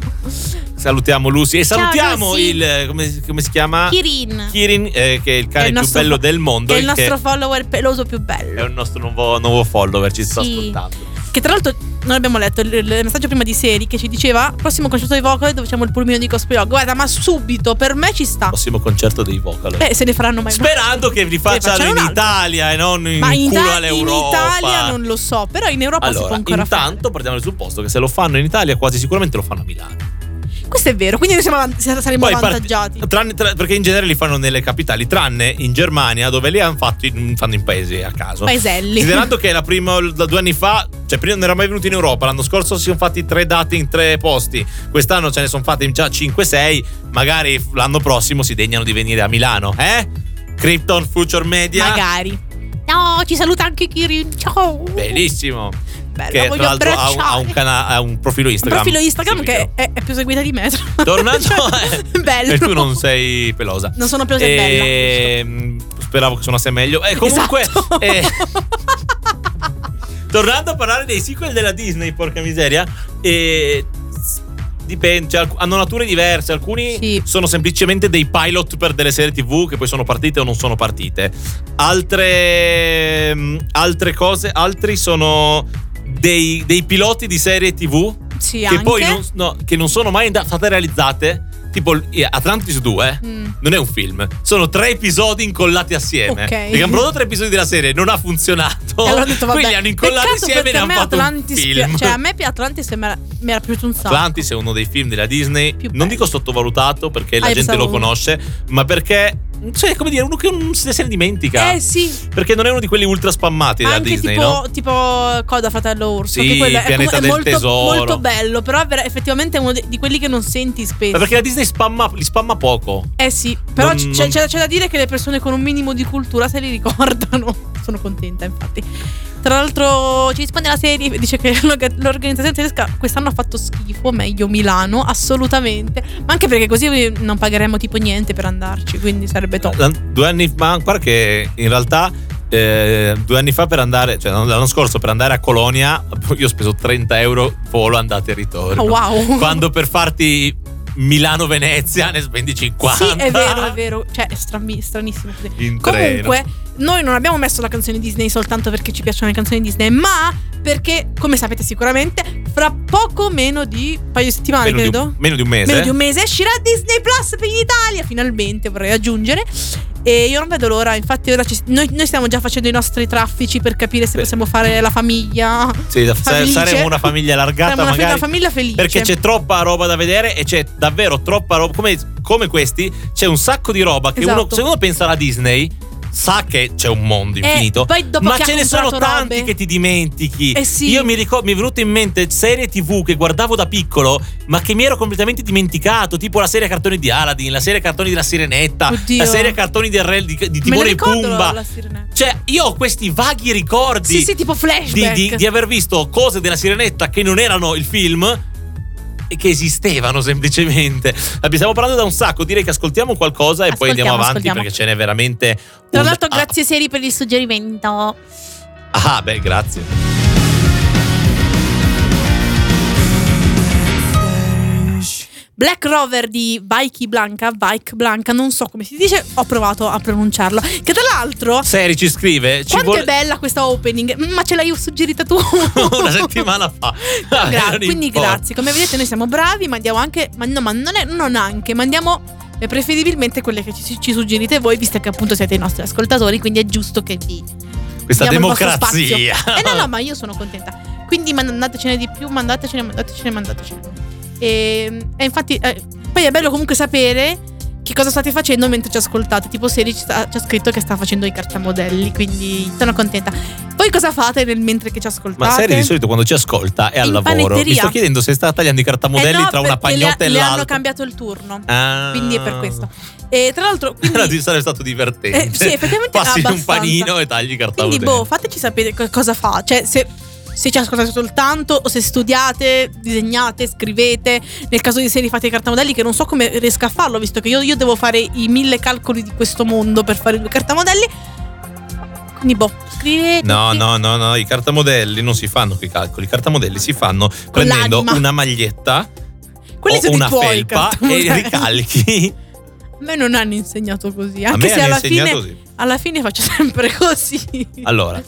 Speaker 3: Salutiamo Lucy e
Speaker 6: Ciao,
Speaker 3: salutiamo
Speaker 6: Lucy.
Speaker 3: il. Come, come si chiama?
Speaker 6: Kirin.
Speaker 3: Kirin, eh, che è il cane
Speaker 4: Che è il
Speaker 3: più
Speaker 4: nostro
Speaker 3: bello
Speaker 4: fa-
Speaker 3: del mondo.
Speaker 4: Che è il
Speaker 3: e che
Speaker 4: nostro follower peloso più
Speaker 3: è
Speaker 4: bello.
Speaker 3: un nostro nuovo, nuovo follower, ci sta
Speaker 6: Sì.
Speaker 3: ascoltando.
Speaker 4: Che tra l'altro noi abbiamo letto il, il messaggio prima di Seri che ci diceva prossimo concerto di Vocal dove facciamo il pulmino di cosplay. Rock". Guarda, ma subito, per me ci sta.
Speaker 3: Prossimo concerto dei Vocal.
Speaker 4: Eh, se ne faranno mai più.
Speaker 3: Sperando che vi facciano
Speaker 4: facciano
Speaker 3: in
Speaker 4: un altro.
Speaker 3: Italia e non in,
Speaker 4: Ma in,
Speaker 3: culo
Speaker 4: Ita- in
Speaker 3: all'Europa.
Speaker 4: Italia non lo so, però in Europa si può
Speaker 3: Allora,
Speaker 4: ancora
Speaker 3: intanto partiamo dal supposto che se lo fanno in Italia quasi sicuramente lo fanno a Milano.
Speaker 4: fare. Questo è vero, quindi noi siamo avan- sa- saremo
Speaker 3: Poi part-
Speaker 4: avvantaggiati.
Speaker 3: tranne- tra- perché in genere li fanno nelle capitali, tranne in Germania, dove li hanno fatti in- fanno in paesi a caso.
Speaker 4: Paeselli. [LAUGHS]
Speaker 3: Considerando che la prima, da due anni fa, cioè prima non era mai venuto in Europa, l'anno scorso si sono fatti tre date in tre posti, quest'anno ce ne sono fatti già 5-6, magari l'anno prossimo si degnano di venire a Milano, eh? Krypton Future Media.
Speaker 4: Magari.
Speaker 6: No, ci saluta anche Kirin. Ciao.
Speaker 3: Bellissimo.
Speaker 4: Bello,
Speaker 3: che
Speaker 4: Eh, voglio
Speaker 3: tra l'altro ha un,
Speaker 4: abbracciare.
Speaker 3: ha un cana- ha un profilo
Speaker 4: Un
Speaker 3: Instagram.
Speaker 4: profilo Instagram
Speaker 3: Seguitelo.
Speaker 4: che è, è più seguita di me.
Speaker 3: Tornando
Speaker 4: [LAUGHS] Cioè,
Speaker 3: eh,
Speaker 4: bello.
Speaker 3: E tu non sei Eh, pelosa.
Speaker 4: Non sono pelosa e
Speaker 3: Ehm, Speravo che suonasse meglio. E comunque.
Speaker 4: Esatto. [LAUGHS]
Speaker 3: eh, tornando a parlare dei sequel della Disney, porca miseria. eh, s- Dipende, cioè, alc- hanno nature diverse. Alcuni
Speaker 4: Sì.
Speaker 3: sono semplicemente dei pilot per delle serie TV che poi sono partite o non sono partite. Altre, mm, altre cose, altri sono dei, dei piloti di serie TV
Speaker 4: sì,
Speaker 3: che
Speaker 4: anche.
Speaker 3: poi non, no, che non sono mai da- state realizzate. Tipo il- Atlantis 2
Speaker 4: Mm.
Speaker 3: non è un film, sono tre episodi incollati assieme.
Speaker 4: Ok.
Speaker 3: Perché hanno prodotto tre episodi della serie, non ha funzionato.
Speaker 4: E allora ho detto, vabbè,
Speaker 3: Quindi li hanno incollati
Speaker 4: peccato
Speaker 3: insieme e
Speaker 4: perché
Speaker 3: ne
Speaker 4: a
Speaker 3: hanno
Speaker 4: me
Speaker 3: fatto
Speaker 4: Atlantis
Speaker 3: un film.
Speaker 4: pi- Cioè,
Speaker 3: [LAUGHS]
Speaker 4: a me pi- Atlantis mi era, mi era piaciuto un sacco.
Speaker 3: Atlantis è uno dei film della Disney,
Speaker 4: Più
Speaker 3: non
Speaker 4: bello.
Speaker 3: dico sottovalutato perché la
Speaker 4: Ah, io
Speaker 3: gente
Speaker 4: pensavo-
Speaker 3: lo conosce, ma perché, cioè, come dire, uno che non se ne dimentica.
Speaker 4: Eh sì.
Speaker 3: Perché non è uno di quelli ultra spammati
Speaker 4: Ma
Speaker 3: della
Speaker 4: anche
Speaker 3: Disney,
Speaker 4: tipo,
Speaker 3: no?
Speaker 4: tipo Coda Fratello Urso.
Speaker 3: Sì,
Speaker 4: che quello è,
Speaker 3: Pianeta
Speaker 4: come- è
Speaker 3: del
Speaker 4: molto,
Speaker 3: Tesoro.
Speaker 4: molto bello. Però è ver- effettivamente è uno de- di quelli che non senti spesso.
Speaker 3: Ma perché la Disney spamma, li spamma poco.
Speaker 4: Eh sì, però
Speaker 3: Non-
Speaker 4: c- c'è,
Speaker 3: non-
Speaker 4: c'è- c'è da dire che le persone con un minimo di cultura se li ricordano. [LAUGHS] Sono contenta, infatti. Tra l'altro ci risponde la serie e dice che l'orga- l'organizzazione tedesca quest'anno ha fatto schifo, meglio Milano, assolutamente. Ma anche perché così eh, non pagheremmo tipo niente per andarci, quindi sarebbe top.
Speaker 3: L'an- Eh, Due anni fa, guarda che in realtà eh, due anni fa per andare, cioè l'anno scorso per andare a Colonia, [LAUGHS] io ho speso 30 euro volo andate e ritorno.
Speaker 4: Oh, wow.
Speaker 3: Quando per farti Milano-Venezia ne spendi 50.
Speaker 4: Sì, è vero, è vero. Cioè, è strami- stranissimo. così.
Speaker 3: [LAUGHS] In
Speaker 4: Comunque, noi non abbiamo messo la canzone Disney soltanto perché ci piacciono le canzoni Disney, ma perché, come sapete sicuramente, fra poco meno di un paio di settimane,
Speaker 3: meno, di
Speaker 4: credo.
Speaker 3: un, meno di un mese.
Speaker 4: Meno di un mese uscirà Disney Plus per l'Italia, finalmente vorrei aggiungere. E io non vedo l'ora, infatti ora ci- noi, noi stiamo già facendo i nostri traffici per capire se
Speaker 3: Beh.
Speaker 4: possiamo fare la famiglia.
Speaker 3: Sì, da- sa-
Speaker 4: felice.
Speaker 3: saremo una famiglia allargata
Speaker 4: Saremo una,
Speaker 3: magari.
Speaker 4: una famiglia felice.
Speaker 3: Perché c'è troppa roba da vedere e c'è davvero troppa roba. Come, come questi, c'è un sacco di roba che uno,
Speaker 4: Esatto.
Speaker 3: se uno pensa alla Disney, sa che c'è un mondo
Speaker 4: Eh,
Speaker 3: infinito.
Speaker 4: poi dopo
Speaker 3: ma
Speaker 4: che ha
Speaker 3: ce ne sono
Speaker 4: comprato
Speaker 3: tanti
Speaker 4: robe-
Speaker 3: che ti dimentichi.
Speaker 4: Eh sì.
Speaker 3: Io mi, ricor- mi è venuto in mente serie TV che guardavo da piccolo, ma che mi ero completamente dimenticato. Tipo la serie a cartoni di Aladdin, la serie a cartoni della Sirenetta,
Speaker 4: Oddio.
Speaker 3: la serie a cartoni del Re di, di
Speaker 4: Me la
Speaker 3: Timone e
Speaker 4: ricordo la-
Speaker 3: Pumba.
Speaker 4: la sirenetta.
Speaker 3: Cioè, io ho questi vaghi ricordi
Speaker 4: Sì, sì, tipo
Speaker 3: di,
Speaker 4: flashback.
Speaker 3: di- di aver visto cose della sirenetta che non erano il film e che esistevano semplicemente. Abbi- Stiamo parlando da un sacco, direi che ascoltiamo qualcosa e
Speaker 6: Ascoltiamo,
Speaker 3: poi andiamo avanti
Speaker 6: ascoltiamo.
Speaker 3: perché ce n'è veramente
Speaker 6: Tra
Speaker 3: un-
Speaker 6: l'altro,
Speaker 3: ah,
Speaker 6: grazie Seri per il suggerimento.
Speaker 3: Ah, beh, grazie.
Speaker 4: Black Rover di Vike Blanca, Vike Blanca, non so come si dice, ho provato a pronunciarlo. Che tra l'altro,
Speaker 3: Seri ci scrive, ci
Speaker 4: quanto
Speaker 3: vuole
Speaker 4: è bella questa opening, ma ce l'hai suggerita tu.
Speaker 3: [LAUGHS] una
Speaker 4: [LAUGHS]
Speaker 3: settimana fa. Vabbè,
Speaker 4: Gra-
Speaker 3: non
Speaker 4: quindi
Speaker 3: importa.
Speaker 4: grazie. Come vedete, noi siamo bravi, mandiamo anche. Ma no, ma non, è, non anche, mandiamo eh, preferibilmente quelle che ci, ci suggerite voi, visto che appunto siete i nostri ascoltatori, quindi è giusto che vi.
Speaker 3: Questa
Speaker 4: diamo il vostro
Speaker 3: democrazia.
Speaker 4: spazio. Eh no, no, ma io sono contenta. Quindi mandatecene di più, mandatecene, mandatecene, mandatecene. E, e infatti, eh, poi è bello comunque sapere. Che cosa state facendo mentre ci ascoltate? Tipo Seri ci sta- ci ha scritto che sta facendo i cartamodelli, quindi sono contenta. Voi cosa fate nel mentre che ci ascoltate?
Speaker 3: Ma Seri di solito quando ci ascolta è al
Speaker 4: In
Speaker 3: lavoro. Mi
Speaker 4: panetteria.
Speaker 3: sto chiedendo se sta tagliando i cartamodelli
Speaker 4: Eh no,
Speaker 3: tra una
Speaker 4: perché le
Speaker 3: pagnotta
Speaker 4: ha-
Speaker 3: e
Speaker 4: le hanno
Speaker 3: l'altra.
Speaker 4: cambiato il turno.
Speaker 3: Ah.
Speaker 4: Quindi è per questo. E tra l'altro,
Speaker 3: [LAUGHS] Era
Speaker 4: quindi,
Speaker 3: di- sarebbe stato divertente.
Speaker 4: Eh, sì, effettivamente
Speaker 3: Passi in un
Speaker 4: abbastanza.
Speaker 3: panino e tagli i
Speaker 4: quindi
Speaker 3: cartamodelli.
Speaker 4: boh, fateci sapere co- cosa fa. Cioè, se, se ci ascoltate soltanto, o se studiate, disegnate, scrivete. Nel caso di serie fate i cartamodelli, che non so come riesca a farlo, visto che io, io devo fare i mille calcoli di questo mondo per fare due cartamodelli. Nibo, scrive.
Speaker 3: No, no, no, no, i cartamodelli non si fanno con i calcoli, i cartamodelli si fanno prendendo
Speaker 4: l'anima.
Speaker 3: una maglietta
Speaker 4: Quelli
Speaker 3: o
Speaker 4: sono i
Speaker 3: una
Speaker 4: tuoi
Speaker 3: felpa
Speaker 4: cartamodelli.
Speaker 3: e ricalchi.
Speaker 4: A me non hanno insegnato così.
Speaker 3: A me
Speaker 4: Anche se
Speaker 3: hanno
Speaker 4: alla
Speaker 3: insegnato
Speaker 4: fine,
Speaker 3: così.
Speaker 4: alla fine faccio [LAUGHS] sempre così.
Speaker 3: Allora,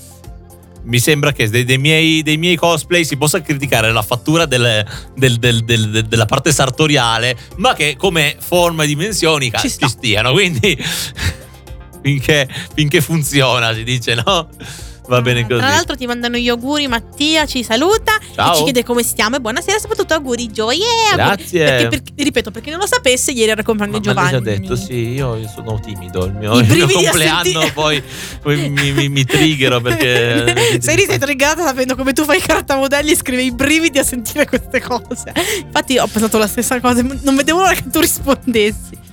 Speaker 3: mi sembra che dei, dei miei, dei miei cosplay si possa criticare la fattura del- del- del- del- del- della parte sartoriale, ma che come forma e dimensioni ca-
Speaker 4: Ci
Speaker 3: ci,
Speaker 4: sta.
Speaker 3: stiano. Quindi, finché, finché funziona, si dice, no? Va bene così.
Speaker 4: Ah, Tra l'altro ti mandano gli auguri, Mattia ci saluta
Speaker 3: Ciao.
Speaker 4: e ci chiede come stiamo e buonasera, soprattutto auguri gioie. auguri-
Speaker 3: Grazie.
Speaker 4: Perché, perché- ripeto, per chi non lo sapesse, ieri era compagno
Speaker 3: Ma,
Speaker 4: di
Speaker 3: ma l'hai
Speaker 4: Giovanni.
Speaker 3: già detto, sì, io sono timido. Il mio,
Speaker 4: I
Speaker 3: il mio
Speaker 4: brividi a
Speaker 3: compleanno
Speaker 4: sentire-
Speaker 3: poi, poi mi, mi, mi triggero
Speaker 4: [LAUGHS]
Speaker 3: perché. eh,
Speaker 4: Sei lì, sei triggata sapendo come tu fai cartamodelli e scrivi i brividi a sentire queste cose. Infatti, ho pensato la stessa cosa, non vedevo l'ora che tu rispondessi.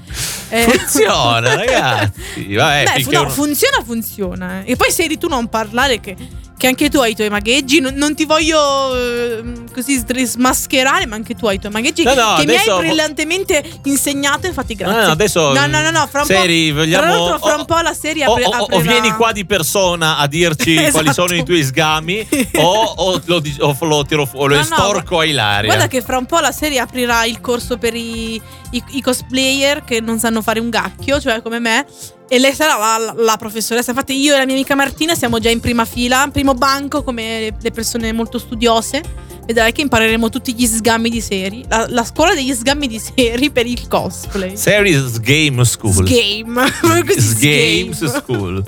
Speaker 4: Eh.
Speaker 3: Funziona, ragazzi. Vabbè,
Speaker 4: Beh, fu-
Speaker 3: finché
Speaker 4: no,
Speaker 3: uno-
Speaker 4: funziona, funziona. eh. E poi sei di tu a non parlare che, che anche tu hai i tuoi magheggi. Non, non ti voglio ehm, così sdri- smascherare, ma anche tu hai i tuoi magheggi
Speaker 3: No, no,
Speaker 4: che mi hai
Speaker 3: adesso-
Speaker 4: brillantemente insegnato. Infatti, grazie.
Speaker 3: No, no, Ah, adesso. mm,
Speaker 4: No, no, no, no, fra un
Speaker 3: Seri,
Speaker 4: po'.
Speaker 3: vogliamo-
Speaker 4: Tra l'altro, fra
Speaker 3: o-
Speaker 4: un po' la serie
Speaker 3: o,
Speaker 4: apre,
Speaker 3: o- o
Speaker 4: apre la-
Speaker 3: vieni qua di persona a
Speaker 4: [LAUGHS]
Speaker 3: dirci
Speaker 4: Esatto.
Speaker 3: quali sono i tuoi sgami, o, o lo, di- o lo tiro fu- o lo
Speaker 4: No, no,
Speaker 3: estorco a Ilaria.
Speaker 4: Guarda che fra un po' la serie aprirà il corso per i, i- i cosplayer che non sanno fare un gacchio, cioè come me. E lei sarà la, la professoressa. Infatti, io e la mia amica Martina siamo già in prima fila, primo banco, come le- le persone molto studiose. Vedrai che impareremo tutti gli sgammi di seri. La, la scuola degli sgammi di seri per il cosplay.
Speaker 3: Series Game School.
Speaker 4: Sgame. [LAUGHS] Così,
Speaker 3: Games
Speaker 4: sgame.
Speaker 3: School.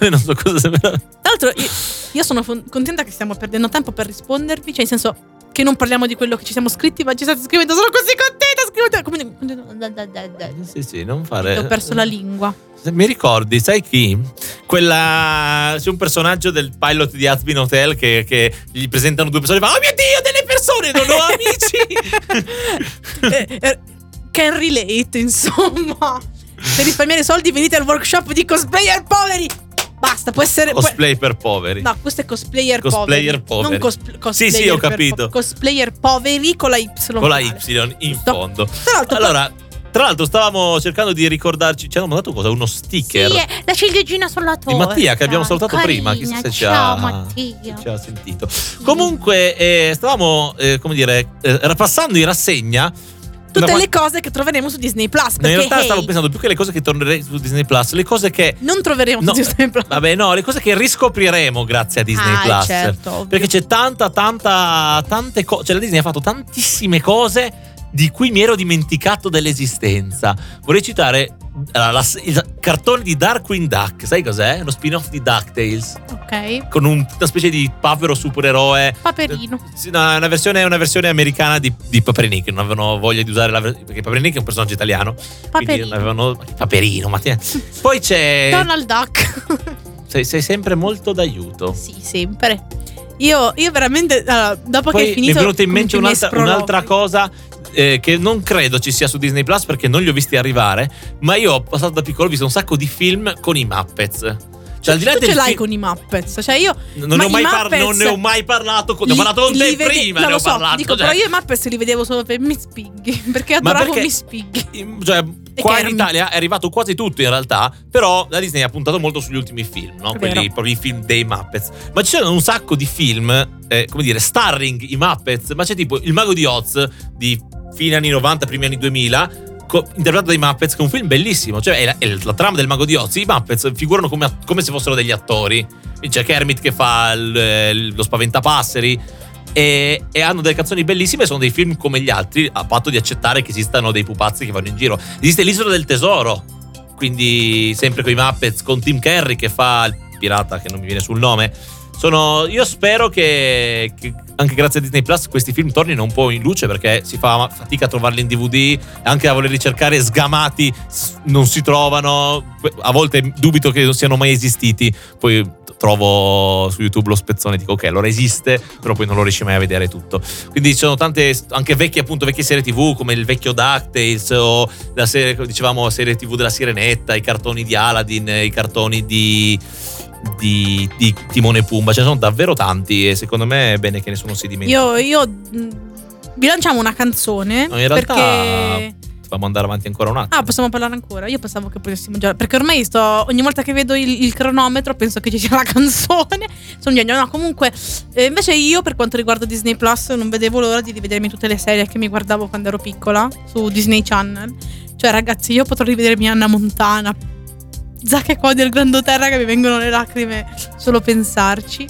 Speaker 3: [LAUGHS] non so cosa sembra. Eh,
Speaker 4: Tra l'altro, io, io sono fon- contenta che stiamo perdendo tempo per rispondervi. Cioè, nel senso che non parliamo di quello che ci siamo scritti, ma ci state scrivendo. Sono così contenta. Scrivete. Come- contenta- da- da- da- da.
Speaker 3: Sì, sì, non fare.
Speaker 4: Ho perso
Speaker 3: [LAUGHS]
Speaker 4: la lingua.
Speaker 3: Se Mi ricordi, sai chi? Quella. C'è un personaggio del pilot di Asbin Hotel che, che gli presentano due persone e fa: Oh mio dio, delle persone, non ho
Speaker 4: [LAUGHS]
Speaker 3: amici! [LAUGHS]
Speaker 4: Eh, eh, Can relate, insomma. Per risparmiare soldi, venite al workshop di cosplayer poveri. Basta, può essere. può-
Speaker 3: Cosplay per poveri.
Speaker 4: Eh, No, questo è cosplayer,
Speaker 3: Cosplayer poveri.
Speaker 4: Non cosp-
Speaker 3: Sì,
Speaker 4: cosplayer
Speaker 3: sì, ho
Speaker 4: per
Speaker 3: capito.
Speaker 4: po- cosplayer poveri con la Y.
Speaker 3: con la
Speaker 4: finale.
Speaker 3: Y in
Speaker 4: Giusto.
Speaker 3: fondo.
Speaker 4: Tra l'altro,
Speaker 3: Allora, tra l'altro, stavamo cercando di ricordarci. Ci hanno mandato cosa? Uno sticker.
Speaker 6: Sì, eh, la ciliegina sulla torta.
Speaker 3: Di Mattia che abbiamo salutato prima,
Speaker 6: Carina,
Speaker 3: chissà se ci
Speaker 6: ciao
Speaker 3: ha,
Speaker 6: Mattia.
Speaker 3: se ci ha sentito. Comunque, eh, stavamo, eh, come dire, eh, passando in rassegna. una
Speaker 4: tutte
Speaker 3: qua-
Speaker 4: le cose che troveremo su Disney Plus.
Speaker 3: No,
Speaker 4: Perché
Speaker 3: in realtà
Speaker 4: hey,
Speaker 3: stavo pensando più che le cose che tornerei su Disney Plus, le cose che.
Speaker 4: non troveremo
Speaker 3: No,
Speaker 4: su Disney Plus.
Speaker 3: Vabbè, no, le cose che riscopriremo grazie a Disney
Speaker 4: Ah,
Speaker 3: Plus.
Speaker 4: certo, ovvio.
Speaker 3: Perché c'è tanta, tanta, tante cose. Cioè, la Disney ha fatto tantissime cose di cui mi ero dimenticato dell'esistenza. Vorrei citare allora, la- il cartone di Darkwing Duck. Sai cos'è? Lo spin-off di DuckTales.
Speaker 6: Ok.
Speaker 3: Con un- una specie di povero supereroe.
Speaker 6: Paperino.
Speaker 3: Sì, no, è una versione, è una versione americana di, di Paperinic. Non avevano voglia di usare la versione. Perché Paperinic è un personaggio italiano. quindi non
Speaker 6: Paperino.
Speaker 3: avevano. ma che Paperino, ma te- Poi c'è.
Speaker 6: Donald Duck.
Speaker 3: Sei, sei sempre molto d'aiuto.
Speaker 4: [LAUGHS] Sì, sempre. Io, io veramente. allora, dopo
Speaker 3: Poi
Speaker 4: che hai finito.
Speaker 3: mi è venuta in
Speaker 4: con
Speaker 3: mente
Speaker 4: i miei
Speaker 3: un'altra,
Speaker 4: sproloqui.
Speaker 3: un'altra cosa eh, che non credo ci sia su Disney Plus perché non li ho visti arrivare, ma io ho passato da piccolo, ho visto un sacco di film con i Muppets. Cioè, al di là
Speaker 4: Tu
Speaker 3: del
Speaker 4: ce l'hai
Speaker 3: film-
Speaker 4: con i Muppets. Cioè, io.
Speaker 3: non, ne ho
Speaker 4: ma
Speaker 3: mai
Speaker 4: i
Speaker 3: par-
Speaker 4: Muppets
Speaker 3: non ne ho mai parlato con, ne ho
Speaker 4: li-
Speaker 3: parlato con
Speaker 4: li
Speaker 3: te
Speaker 4: vede-
Speaker 3: prima,
Speaker 4: no,
Speaker 3: ne
Speaker 4: lo
Speaker 3: ho
Speaker 4: so,
Speaker 3: parlato.
Speaker 4: Dico,
Speaker 3: cioè-
Speaker 4: però io i Muppets li vedevo solo per Miss Piggy. [LAUGHS] Perché
Speaker 3: Ma
Speaker 4: adoravo
Speaker 3: perché-
Speaker 4: Miss Piggy.
Speaker 3: In-
Speaker 4: [LAUGHS]
Speaker 3: cioè, qua in
Speaker 4: Kermit.
Speaker 3: Italia è arrivato quasi tutto in realtà, però la Disney ha puntato molto sugli ultimi film, no?
Speaker 4: È
Speaker 3: Quelli,
Speaker 4: vero.
Speaker 3: proprio i film dei Muppets. Ma ci sono un sacco di film, eh, come dire, starring i Muppets, ma c'è tipo Il Mago di Oz di fine anni 90, primi anni 2000, co- interpretato dai Muppets, che è un film bellissimo, cioè è la, è la trama del Mago di Oz, i Muppets figurano come, a- come se fossero degli attori. Quindi C'è Kermit che fa il- eh, lo spaventapasseri, e, e hanno delle canzoni bellissime. Sono dei film come gli altri, a patto di accettare che esistano dei pupazzi che vanno in giro. Esiste l'isola del tesoro, quindi sempre con i Muppets, con Tim Curry che fa il pirata che non mi viene sul nome. Sono, io spero che, che anche grazie a Disney Plus questi film tornino un po' in luce perché si fa fatica a trovarli in DVD, anche a volerli cercare sgamati, s- non si trovano, a volte dubito che non siano mai esistiti, poi t- trovo su YouTube lo spezzone e dico ok, allora esiste, però poi non lo riesci mai a vedere tutto. Quindi ci sono tante, anche vecchie appunto, vecchie serie TV come il vecchio DuckTales o la serie, come dicevamo, serie TV della Sirenetta, i cartoni di Aladdin, i cartoni di... Di, di Timone e Pumba, ce ne sono davvero tanti e secondo me è bene che nessuno si dimentichi.
Speaker 4: Io. io mh, Bilanciamo mm, una canzone.
Speaker 3: No, in realtà
Speaker 4: Perché.
Speaker 3: Facciamo andare avanti ancora un attimo.
Speaker 4: Ah, possiamo parlare ancora? Io pensavo che potessimo già. Perché ormai sto. Ogni volta che vedo il, il cronometro penso che ci sia la [LAUGHS] canzone. Sono genio. No, comunque. eh, invece io, per quanto riguarda Disney Plus, non vedevo l'ora di rivedermi tutte le serie che mi guardavo quando ero piccola su Disney Channel. Cioè, ragazzi, io potrò rivedermi Anna Montana. Zac e qua del Grandoterra che mi vengono le lacrime solo pensarci.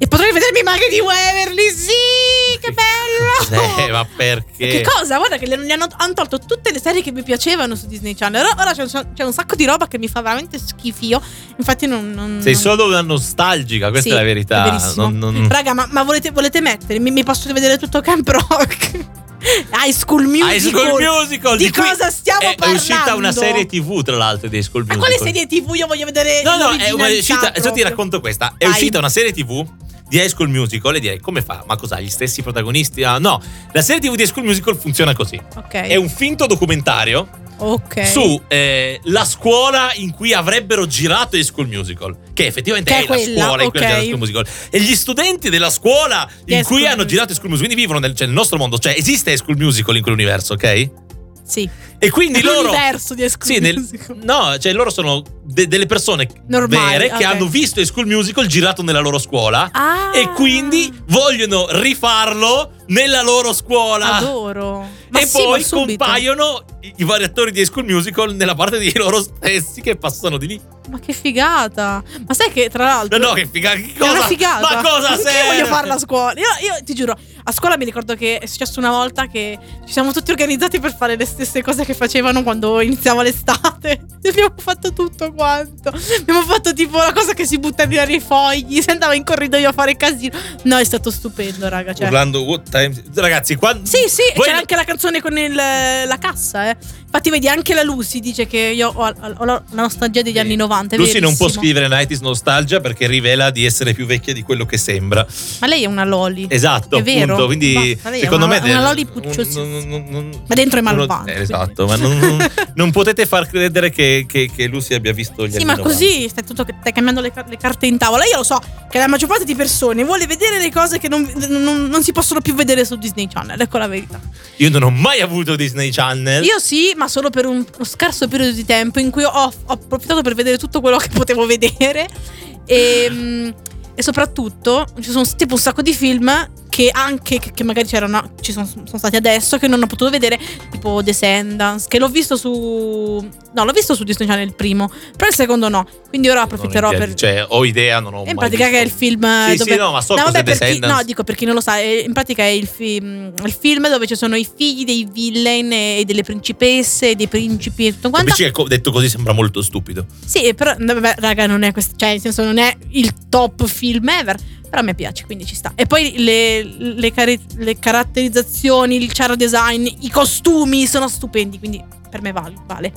Speaker 4: E potrei rivedermi Maghi di Waverly, sì! Che bello!
Speaker 3: [LAUGHS] Eh, ma perché?
Speaker 4: Che cosa? Guarda che le- gli hanno, hanno tolto tutte le serie che mi piacevano su Disney Channel. Ora, ora c'è, un, c'è un sacco di roba che mi fa veramente schifio. Infatti non... non-
Speaker 3: Sei
Speaker 4: non-
Speaker 3: solo una nostalgica, questa
Speaker 4: Sì,
Speaker 3: è la verità.
Speaker 4: è verissimo.
Speaker 3: Non- non-
Speaker 4: Raga, ma, ma volete, volete mettere? Mi, mi posso vedere tutto Camp Rock? [LAUGHS] High School Musical.
Speaker 3: High School Musical
Speaker 4: Di,
Speaker 3: cui
Speaker 4: cosa stiamo
Speaker 3: è, è
Speaker 4: parlando?
Speaker 3: uscita una serie TV, tra l'altro, di High School
Speaker 4: Ma
Speaker 3: Musical.
Speaker 4: quale serie TV io voglio vedere?
Speaker 3: No, no, è una
Speaker 4: l'originalità
Speaker 3: uscita. Adesso ti
Speaker 4: proprio.
Speaker 3: racconto questa. È
Speaker 4: Vai.
Speaker 3: uscita una serie TV di High School Musical e direi come fa? Ma cos'ha? Gli stessi protagonisti? Ah, no, la serie TV di High School Musical funziona così.
Speaker 4: Ok.
Speaker 3: È un finto documentario
Speaker 4: ok.
Speaker 3: su eh, la scuola in cui avrebbero girato High School Musical, che effettivamente
Speaker 4: Che è
Speaker 3: è,
Speaker 4: quella,
Speaker 3: la scuola in cui
Speaker 4: ok.
Speaker 3: hanno girato High School Musical. E gli studenti della scuola
Speaker 4: Di High
Speaker 3: in cui
Speaker 4: School
Speaker 3: hanno girato High School Musical, quindi vivono nel, cioè, nel nostro mondo, cioè esiste High School Musical in quell'universo, ok?
Speaker 4: Sì.
Speaker 3: E quindi loro
Speaker 4: L'universo di High School
Speaker 3: sì, nel-
Speaker 4: Musical.
Speaker 3: no, cioè loro sono de- delle persone
Speaker 4: Normali,
Speaker 3: vere
Speaker 4: ok.
Speaker 3: che hanno visto il School Musical girato nella loro scuola
Speaker 4: Ah.
Speaker 3: e quindi vogliono rifarlo nella loro scuola.
Speaker 4: Ah, Adoro. Ma
Speaker 3: E
Speaker 4: sì, ma
Speaker 3: poi
Speaker 4: subito.
Speaker 3: compaiono i, i vari attori di High School Musical nella parte di loro stessi che passano di lì.
Speaker 4: Ma che figata! Ma sai che tra
Speaker 3: No,
Speaker 4: l'altro.
Speaker 3: no, che figa, che
Speaker 4: È
Speaker 3: cosa?
Speaker 4: una figata.
Speaker 3: Ma cosa
Speaker 4: Perché
Speaker 3: serve?
Speaker 4: voglio farla a scuola? Io, io ti giuro, a scuola mi ricordo che è successo una volta che ci siamo tutti organizzati per fare le stesse cose che facevano quando iniziava l'estate. [LAUGHS] Abbiamo fatto tutto quanto. Abbiamo fatto tipo la cosa che si butta via i fogli, si andava in corridoio a fare casino. No, è stato stupendo, raga. Cioè.
Speaker 3: Urlando what time- Ragazzi, quando
Speaker 4: Sì, sì,
Speaker 3: Voi-
Speaker 4: c'è anche la canzone con il- la cassa, eh. Infatti, vedi, anche la Lucy dice che io ho, ho la la nostalgia degli anni 90. è
Speaker 3: Lucy non può
Speaker 4: verissimo.
Speaker 3: scrivere 90s Nostalgia perché rivela di essere più vecchia di quello che sembra.
Speaker 4: Ma lei è una Loli.
Speaker 3: Esatto,
Speaker 4: È vero.
Speaker 3: appunto. Quindi,
Speaker 4: Basta, lei è
Speaker 3: secondo
Speaker 4: una-
Speaker 3: me. del-
Speaker 4: una loli pucciosissima.
Speaker 3: un- un- un-
Speaker 4: Ma dentro è
Speaker 3: uno-
Speaker 4: malvagio,
Speaker 3: eh, esatto, ma non, non- non potete far credere che, che, che Lucy abbia visto gli
Speaker 4: Sì,
Speaker 3: anni
Speaker 4: ma
Speaker 3: 90.
Speaker 4: così stai, tutto, stai cambiando le, car- le carte in tavola. Io lo so che la maggior parte di persone vuole vedere le cose che non, non- non si possono più vedere su Disney Channel. Ecco la verità.
Speaker 3: Io non ho mai avuto Disney Channel.
Speaker 4: Io sì, ma solo per un, uno scarso periodo di tempo in cui ho, ho approfittato per vedere tutto quello che potevo vedere. E, mm, e soprattutto ci sono tipo un sacco di film che anche che, che magari c'erano, ci sono, sono stati adesso che non ho potuto vedere, tipo Descendants, che l'ho visto su... No, l'ho visto su Disney Channel il primo, però il secondo no. Quindi ora
Speaker 3: Non ho
Speaker 4: approfitterò
Speaker 3: idea
Speaker 4: per...
Speaker 3: di- Cioè, ho idea, non ho
Speaker 4: E
Speaker 3: mai
Speaker 4: in pratica
Speaker 3: visto.
Speaker 4: che è il film
Speaker 3: Sì,
Speaker 4: dove...
Speaker 3: sì, no, ma so
Speaker 4: no,
Speaker 3: cos'è
Speaker 4: vabbè, per chi,
Speaker 3: Descendants.
Speaker 4: no, dico per chi non lo sa, è- in pratica è il, fi- mh, il film dove ci sono i figli dei villain e delle principesse e dei principi e tutto quanto.
Speaker 3: Capisci che co- detto così sembra molto stupido.
Speaker 4: Sì, però no, vabbè, raga, non è questo, cioè nel senso non è il top film ever, però a me piace, quindi ci sta. E poi le, le care- le caratterizzazioni, il char design, i costumi sono stupendi, quindi per me vale, vale.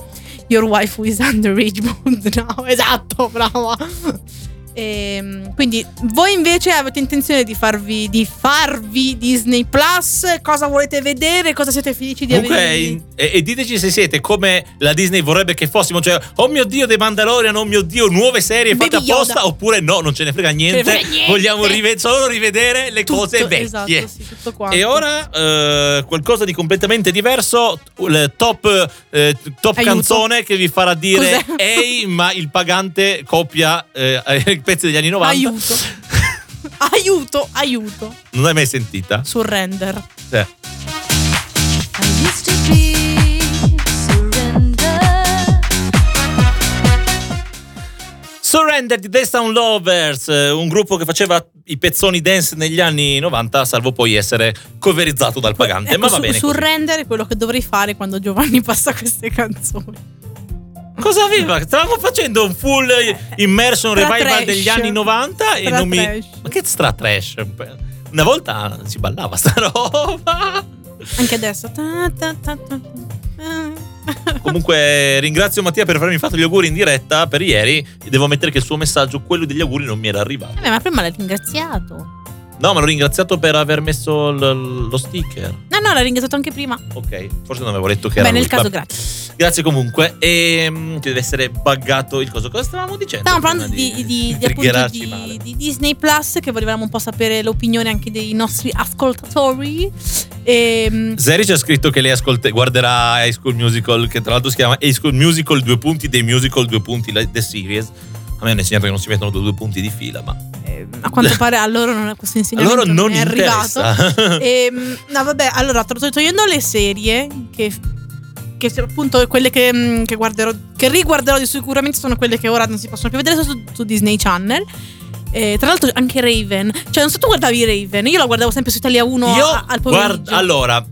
Speaker 4: Your waifu is under [LAUGHS] Richmond now, esatto, brava. Ehm, quindi voi invece avete intenzione di farvi, di farvi Disney Plus? Cosa volete vedere? Cosa siete felici di
Speaker 3: Comunque,
Speaker 4: avere?
Speaker 3: in- e, e diteci se siete come la Disney vorrebbe che fossimo. Cioè, oh mio dio, The Mandalorian, oh mio dio, nuove serie fatte
Speaker 4: Baby Yoda.
Speaker 3: apposta. Oppure no, non ce ne frega niente.
Speaker 4: frega niente.
Speaker 3: Vogliamo rive- solo rivedere le cose vecchie.
Speaker 4: Esatto, sì, tutto quanto.
Speaker 3: E ora eh, qualcosa di completamente diverso, il top, eh, top
Speaker 4: Aiuto.
Speaker 3: canzone che vi farà dire
Speaker 4: Cos'è?
Speaker 3: ehi ma il pagante copia eh, [LAUGHS] i pezzi degli anni 90.
Speaker 4: Aiuto. Aiuto, aiuto.
Speaker 3: [LAUGHS] Non l'hai mai sentita?
Speaker 4: Surrender.
Speaker 3: Eh.
Speaker 2: I used to be surrender.
Speaker 3: Surrender di The Sound Lovers, eh, un gruppo che faceva i pezzoni dance negli anni 90 salvo poi essere coverizzato dal pagante.
Speaker 4: Ecco,
Speaker 3: ma va
Speaker 4: su-
Speaker 3: bene. così.
Speaker 4: Surrender è quello che dovrei fare quando Giovanni [LAUGHS] passa queste canzoni.
Speaker 3: Cosa aveva? Stavamo facendo un full eh, immersion
Speaker 4: Stra
Speaker 3: revival
Speaker 4: trash.
Speaker 3: degli anni 90 e
Speaker 4: Stra
Speaker 3: non mi.
Speaker 4: trash.
Speaker 3: Ma che stra trash? Una volta si ballava sta [LAUGHS] roba.
Speaker 4: Anche adesso. Ta, ta, ta, ta, Eh, ta.
Speaker 3: Comunque ringrazio Mattia per avermi fatto gli auguri in diretta per ieri. E devo ammettere che il suo messaggio, quello degli auguri, non mi era arrivato.
Speaker 4: Vabbè, ma prima l'hai ringraziato.
Speaker 3: No, ma l'ho ringraziato per aver messo l- lo sticker.
Speaker 4: No, no, l'hai ringraziato anche prima.
Speaker 3: Ok, forse non avevo detto che
Speaker 4: Beh,
Speaker 3: era.
Speaker 4: nel
Speaker 3: lui.
Speaker 4: caso,
Speaker 3: Vabbè.
Speaker 4: grazie.
Speaker 3: Grazie comunque. E che deve essere buggato il coso. Cosa stavamo dicendo?
Speaker 4: Stavamo
Speaker 3: prima
Speaker 4: parlando di, di, di- di- appunto
Speaker 3: triggerarci
Speaker 4: di,
Speaker 3: male?
Speaker 4: di Disney Plus, che volevamo un po' sapere l'opinione anche dei nostri ascoltatori. Ehm,
Speaker 3: Zeri ci ha scritto che lei ascolte- guarderà High School Musical, che tra l'altro si chiama High School Musical due punti dei musical due punti la- The Series. A me hanno insegnato che non si mettono due, due punti di fila, ma
Speaker 4: ehm,
Speaker 3: [LAUGHS]
Speaker 4: a quanto pare a loro non è questo
Speaker 3: a
Speaker 4: insegnamento
Speaker 3: loro non
Speaker 4: è arrivato.
Speaker 3: interessa.
Speaker 4: [LAUGHS] Ehm, no, vabbè, allora, to- to- togliendo le serie, che, che se- appunto quelle che, mm, che guarderò, che riguarderò di sicuramente sono quelle che ora non si possono più vedere, sono su, su Disney Channel. Eh, tra l'altro anche Raven. Cioè, non so tu guardavi Raven, io la guardavo sempre su Italia 1
Speaker 3: io
Speaker 4: a- al pomeriggio.
Speaker 3: guard- allora,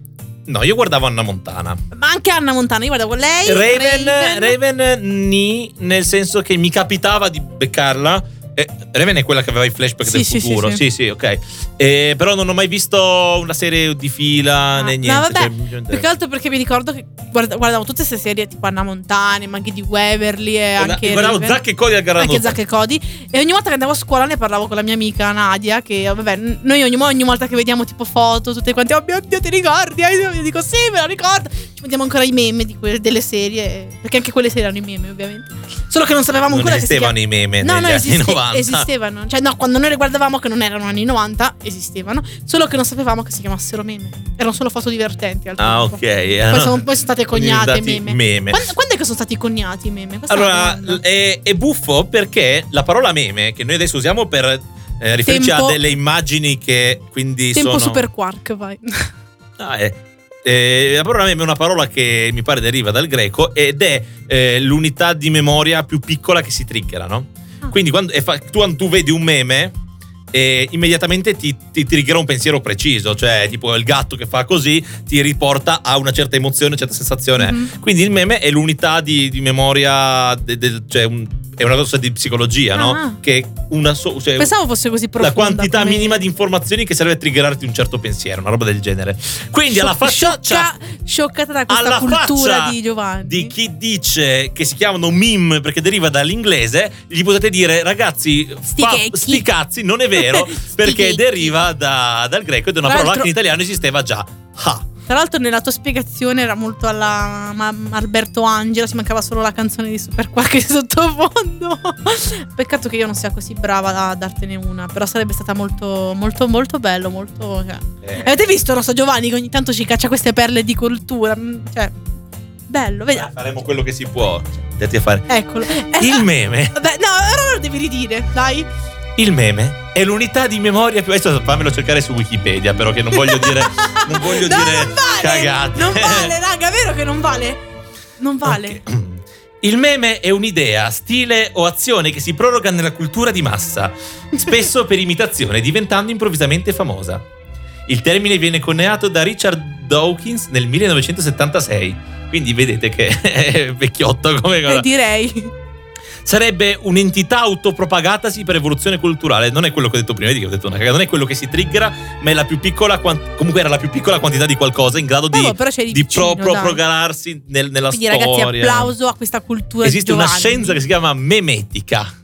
Speaker 3: no, io guardavo Anna Montana.
Speaker 4: Ma anche Anna Montana, io guardavo lei.
Speaker 3: Raven, Raven, ni, nel senso che mi capitava di beccarla. Eh, Raven è quella che aveva i flashback
Speaker 4: Sì,
Speaker 3: del
Speaker 4: sì, sì,
Speaker 3: futuro.
Speaker 4: sì.
Speaker 3: Sì, sì, ok. Eh, però non ho mai visto una serie di fila
Speaker 4: Ah,
Speaker 3: né
Speaker 4: no,
Speaker 3: niente.
Speaker 4: vabbè,
Speaker 3: cioè, non mi interessa.
Speaker 4: Più che altro perché mi ricordo che guarda- guardavo tutte queste serie tipo Anna Montana, Maggie di Waverly e
Speaker 3: Guarda-
Speaker 4: anche
Speaker 3: guardavo
Speaker 4: Raven.
Speaker 3: Zack e Cody al Garanotto.
Speaker 4: anche Zack e Cody. E ogni volta che andavo a scuola ne parlavo con la mia amica Nadia. Che vabbè, n- noi ogni, ogni volta che vediamo tipo foto, tutte quante, oh mio dio, ti ricordi? Eh, Io dico sì, me la ricordo. Ci mettiamo ancora i meme di que- delle serie. Perché anche quelle serie erano i meme, ovviamente. Solo che non sapevamo
Speaker 3: non
Speaker 4: ancora che si
Speaker 3: esistevano i meme
Speaker 4: No,
Speaker 3: negli
Speaker 4: no,
Speaker 3: anni
Speaker 4: esiste-
Speaker 3: 90.
Speaker 4: esistevano. Cioè, no, quando noi le guardavamo, che non erano anni 90, esistevano. Solo che non sapevamo che si chiamassero meme. Erano solo foto divertenti. al
Speaker 3: Ah,
Speaker 4: tempo.
Speaker 3: ok. eh,
Speaker 4: Poi
Speaker 3: no.
Speaker 4: sono, poi sono state cognate i
Speaker 3: Diventati
Speaker 4: meme.
Speaker 3: meme.
Speaker 4: Quando, quando è che sono stati cognati i meme? Questa è la
Speaker 3: Allora,
Speaker 4: domanda.
Speaker 3: è, è buffo perché la parola meme, che noi adesso usiamo per eh, riferirci
Speaker 4: Tempo-
Speaker 3: a delle immagini che quindi
Speaker 4: Tempo
Speaker 3: sono...
Speaker 4: super quark, vai.
Speaker 3: Ah, eh. Eh, la parola meme è una parola che mi pare deriva dal greco ed è eh, l'unità di memoria più piccola che si triggera, no?
Speaker 4: Ah.
Speaker 3: Quindi quando, e fa- tu, quando tu vedi un meme, eh, immediatamente ti, ti triggera un pensiero preciso, cioè tipo il gatto che fa così ti riporta a una certa emozione, una certa sensazione.
Speaker 4: Mhm.
Speaker 3: Quindi il meme è l'unità di, di memoria, de- del- cioè un- è una cosa di psicologia,
Speaker 4: Ah.
Speaker 3: no? Che una so- cioè,
Speaker 4: Pensavo fosse così
Speaker 3: la
Speaker 4: profonda.
Speaker 3: quantità
Speaker 4: come-
Speaker 3: minima di informazioni che serve a triggerarti un certo pensiero, una roba del genere. Quindi alla
Speaker 4: Scio-
Speaker 3: faccia cioè,
Speaker 4: sciocca- scioccata da questa
Speaker 3: alla
Speaker 4: cultura
Speaker 3: faccia
Speaker 4: di Giovanni.
Speaker 3: di chi dice che si chiamano meme perché deriva dall'inglese, gli potete dire ragazzi,
Speaker 4: Sti checchi."
Speaker 3: sti cazzi, non è vero,
Speaker 4: [LAUGHS] Sti
Speaker 3: perché
Speaker 4: checchi.
Speaker 3: deriva da- dal greco ed è una
Speaker 4: Tra
Speaker 3: parola
Speaker 4: l'altro-
Speaker 3: che in italiano esisteva già. Ha.
Speaker 4: Tra l'altro, nella tua spiegazione era molto alla ma- Alberto Angela. Si mancava solo la canzone di Super Quark di sottofondo. [LAUGHS] Peccato che io non sia così brava a dartene una. Però sarebbe stata molto, molto, molto bello. Molto. cioè.
Speaker 3: Eh,
Speaker 4: Avete visto Rosso Giovanni che ogni tanto ci caccia queste perle di cultura? Mm, Cioè, bello, vedi.
Speaker 3: Eh, faremo quello che si può. Dati a fare.
Speaker 4: Eccolo. Eh,
Speaker 3: Il
Speaker 4: ah,
Speaker 3: meme,
Speaker 4: Vabbè, no, allora lo devi ridire, dai.
Speaker 3: il meme è l'unità di memoria più. Adesso fammelo cercare su Wikipedia, però che non voglio
Speaker 4: [LAUGHS]
Speaker 3: dire. Non voglio
Speaker 4: No,
Speaker 3: dire
Speaker 4: non vale,
Speaker 3: cagate. [LAUGHS]
Speaker 4: Non vale, raga, è vero che non vale? Non vale. Eh,
Speaker 3: Ok. Il meme è un'idea, stile o azione che si proroga nella cultura di massa, spesso per imitazione, diventando improvvisamente famosa. Il termine viene coniato da Richard Dawkins nel 1976, quindi vedete che [LAUGHS] è vecchiotto come cosa.
Speaker 4: Eh, direi.
Speaker 3: Sarebbe un'entità autopropagatasi per evoluzione culturale, non è quello che ho detto prima, vedi che ho detto una cagata, non è quello che si triggera, ma è la più piccola quant- comunque era la più piccola quantità di qualcosa in grado di,
Speaker 4: Vabbè, Oh, però c'è
Speaker 3: di pro-
Speaker 4: vicino, dai.
Speaker 3: propagarsi nel- nella
Speaker 4: [LAUGHS] Quindi
Speaker 3: storia.
Speaker 4: ragazzi, applauso a questa cultura di
Speaker 3: Esiste una
Speaker 4: Giovanni.
Speaker 3: scienza che si chiama memetica.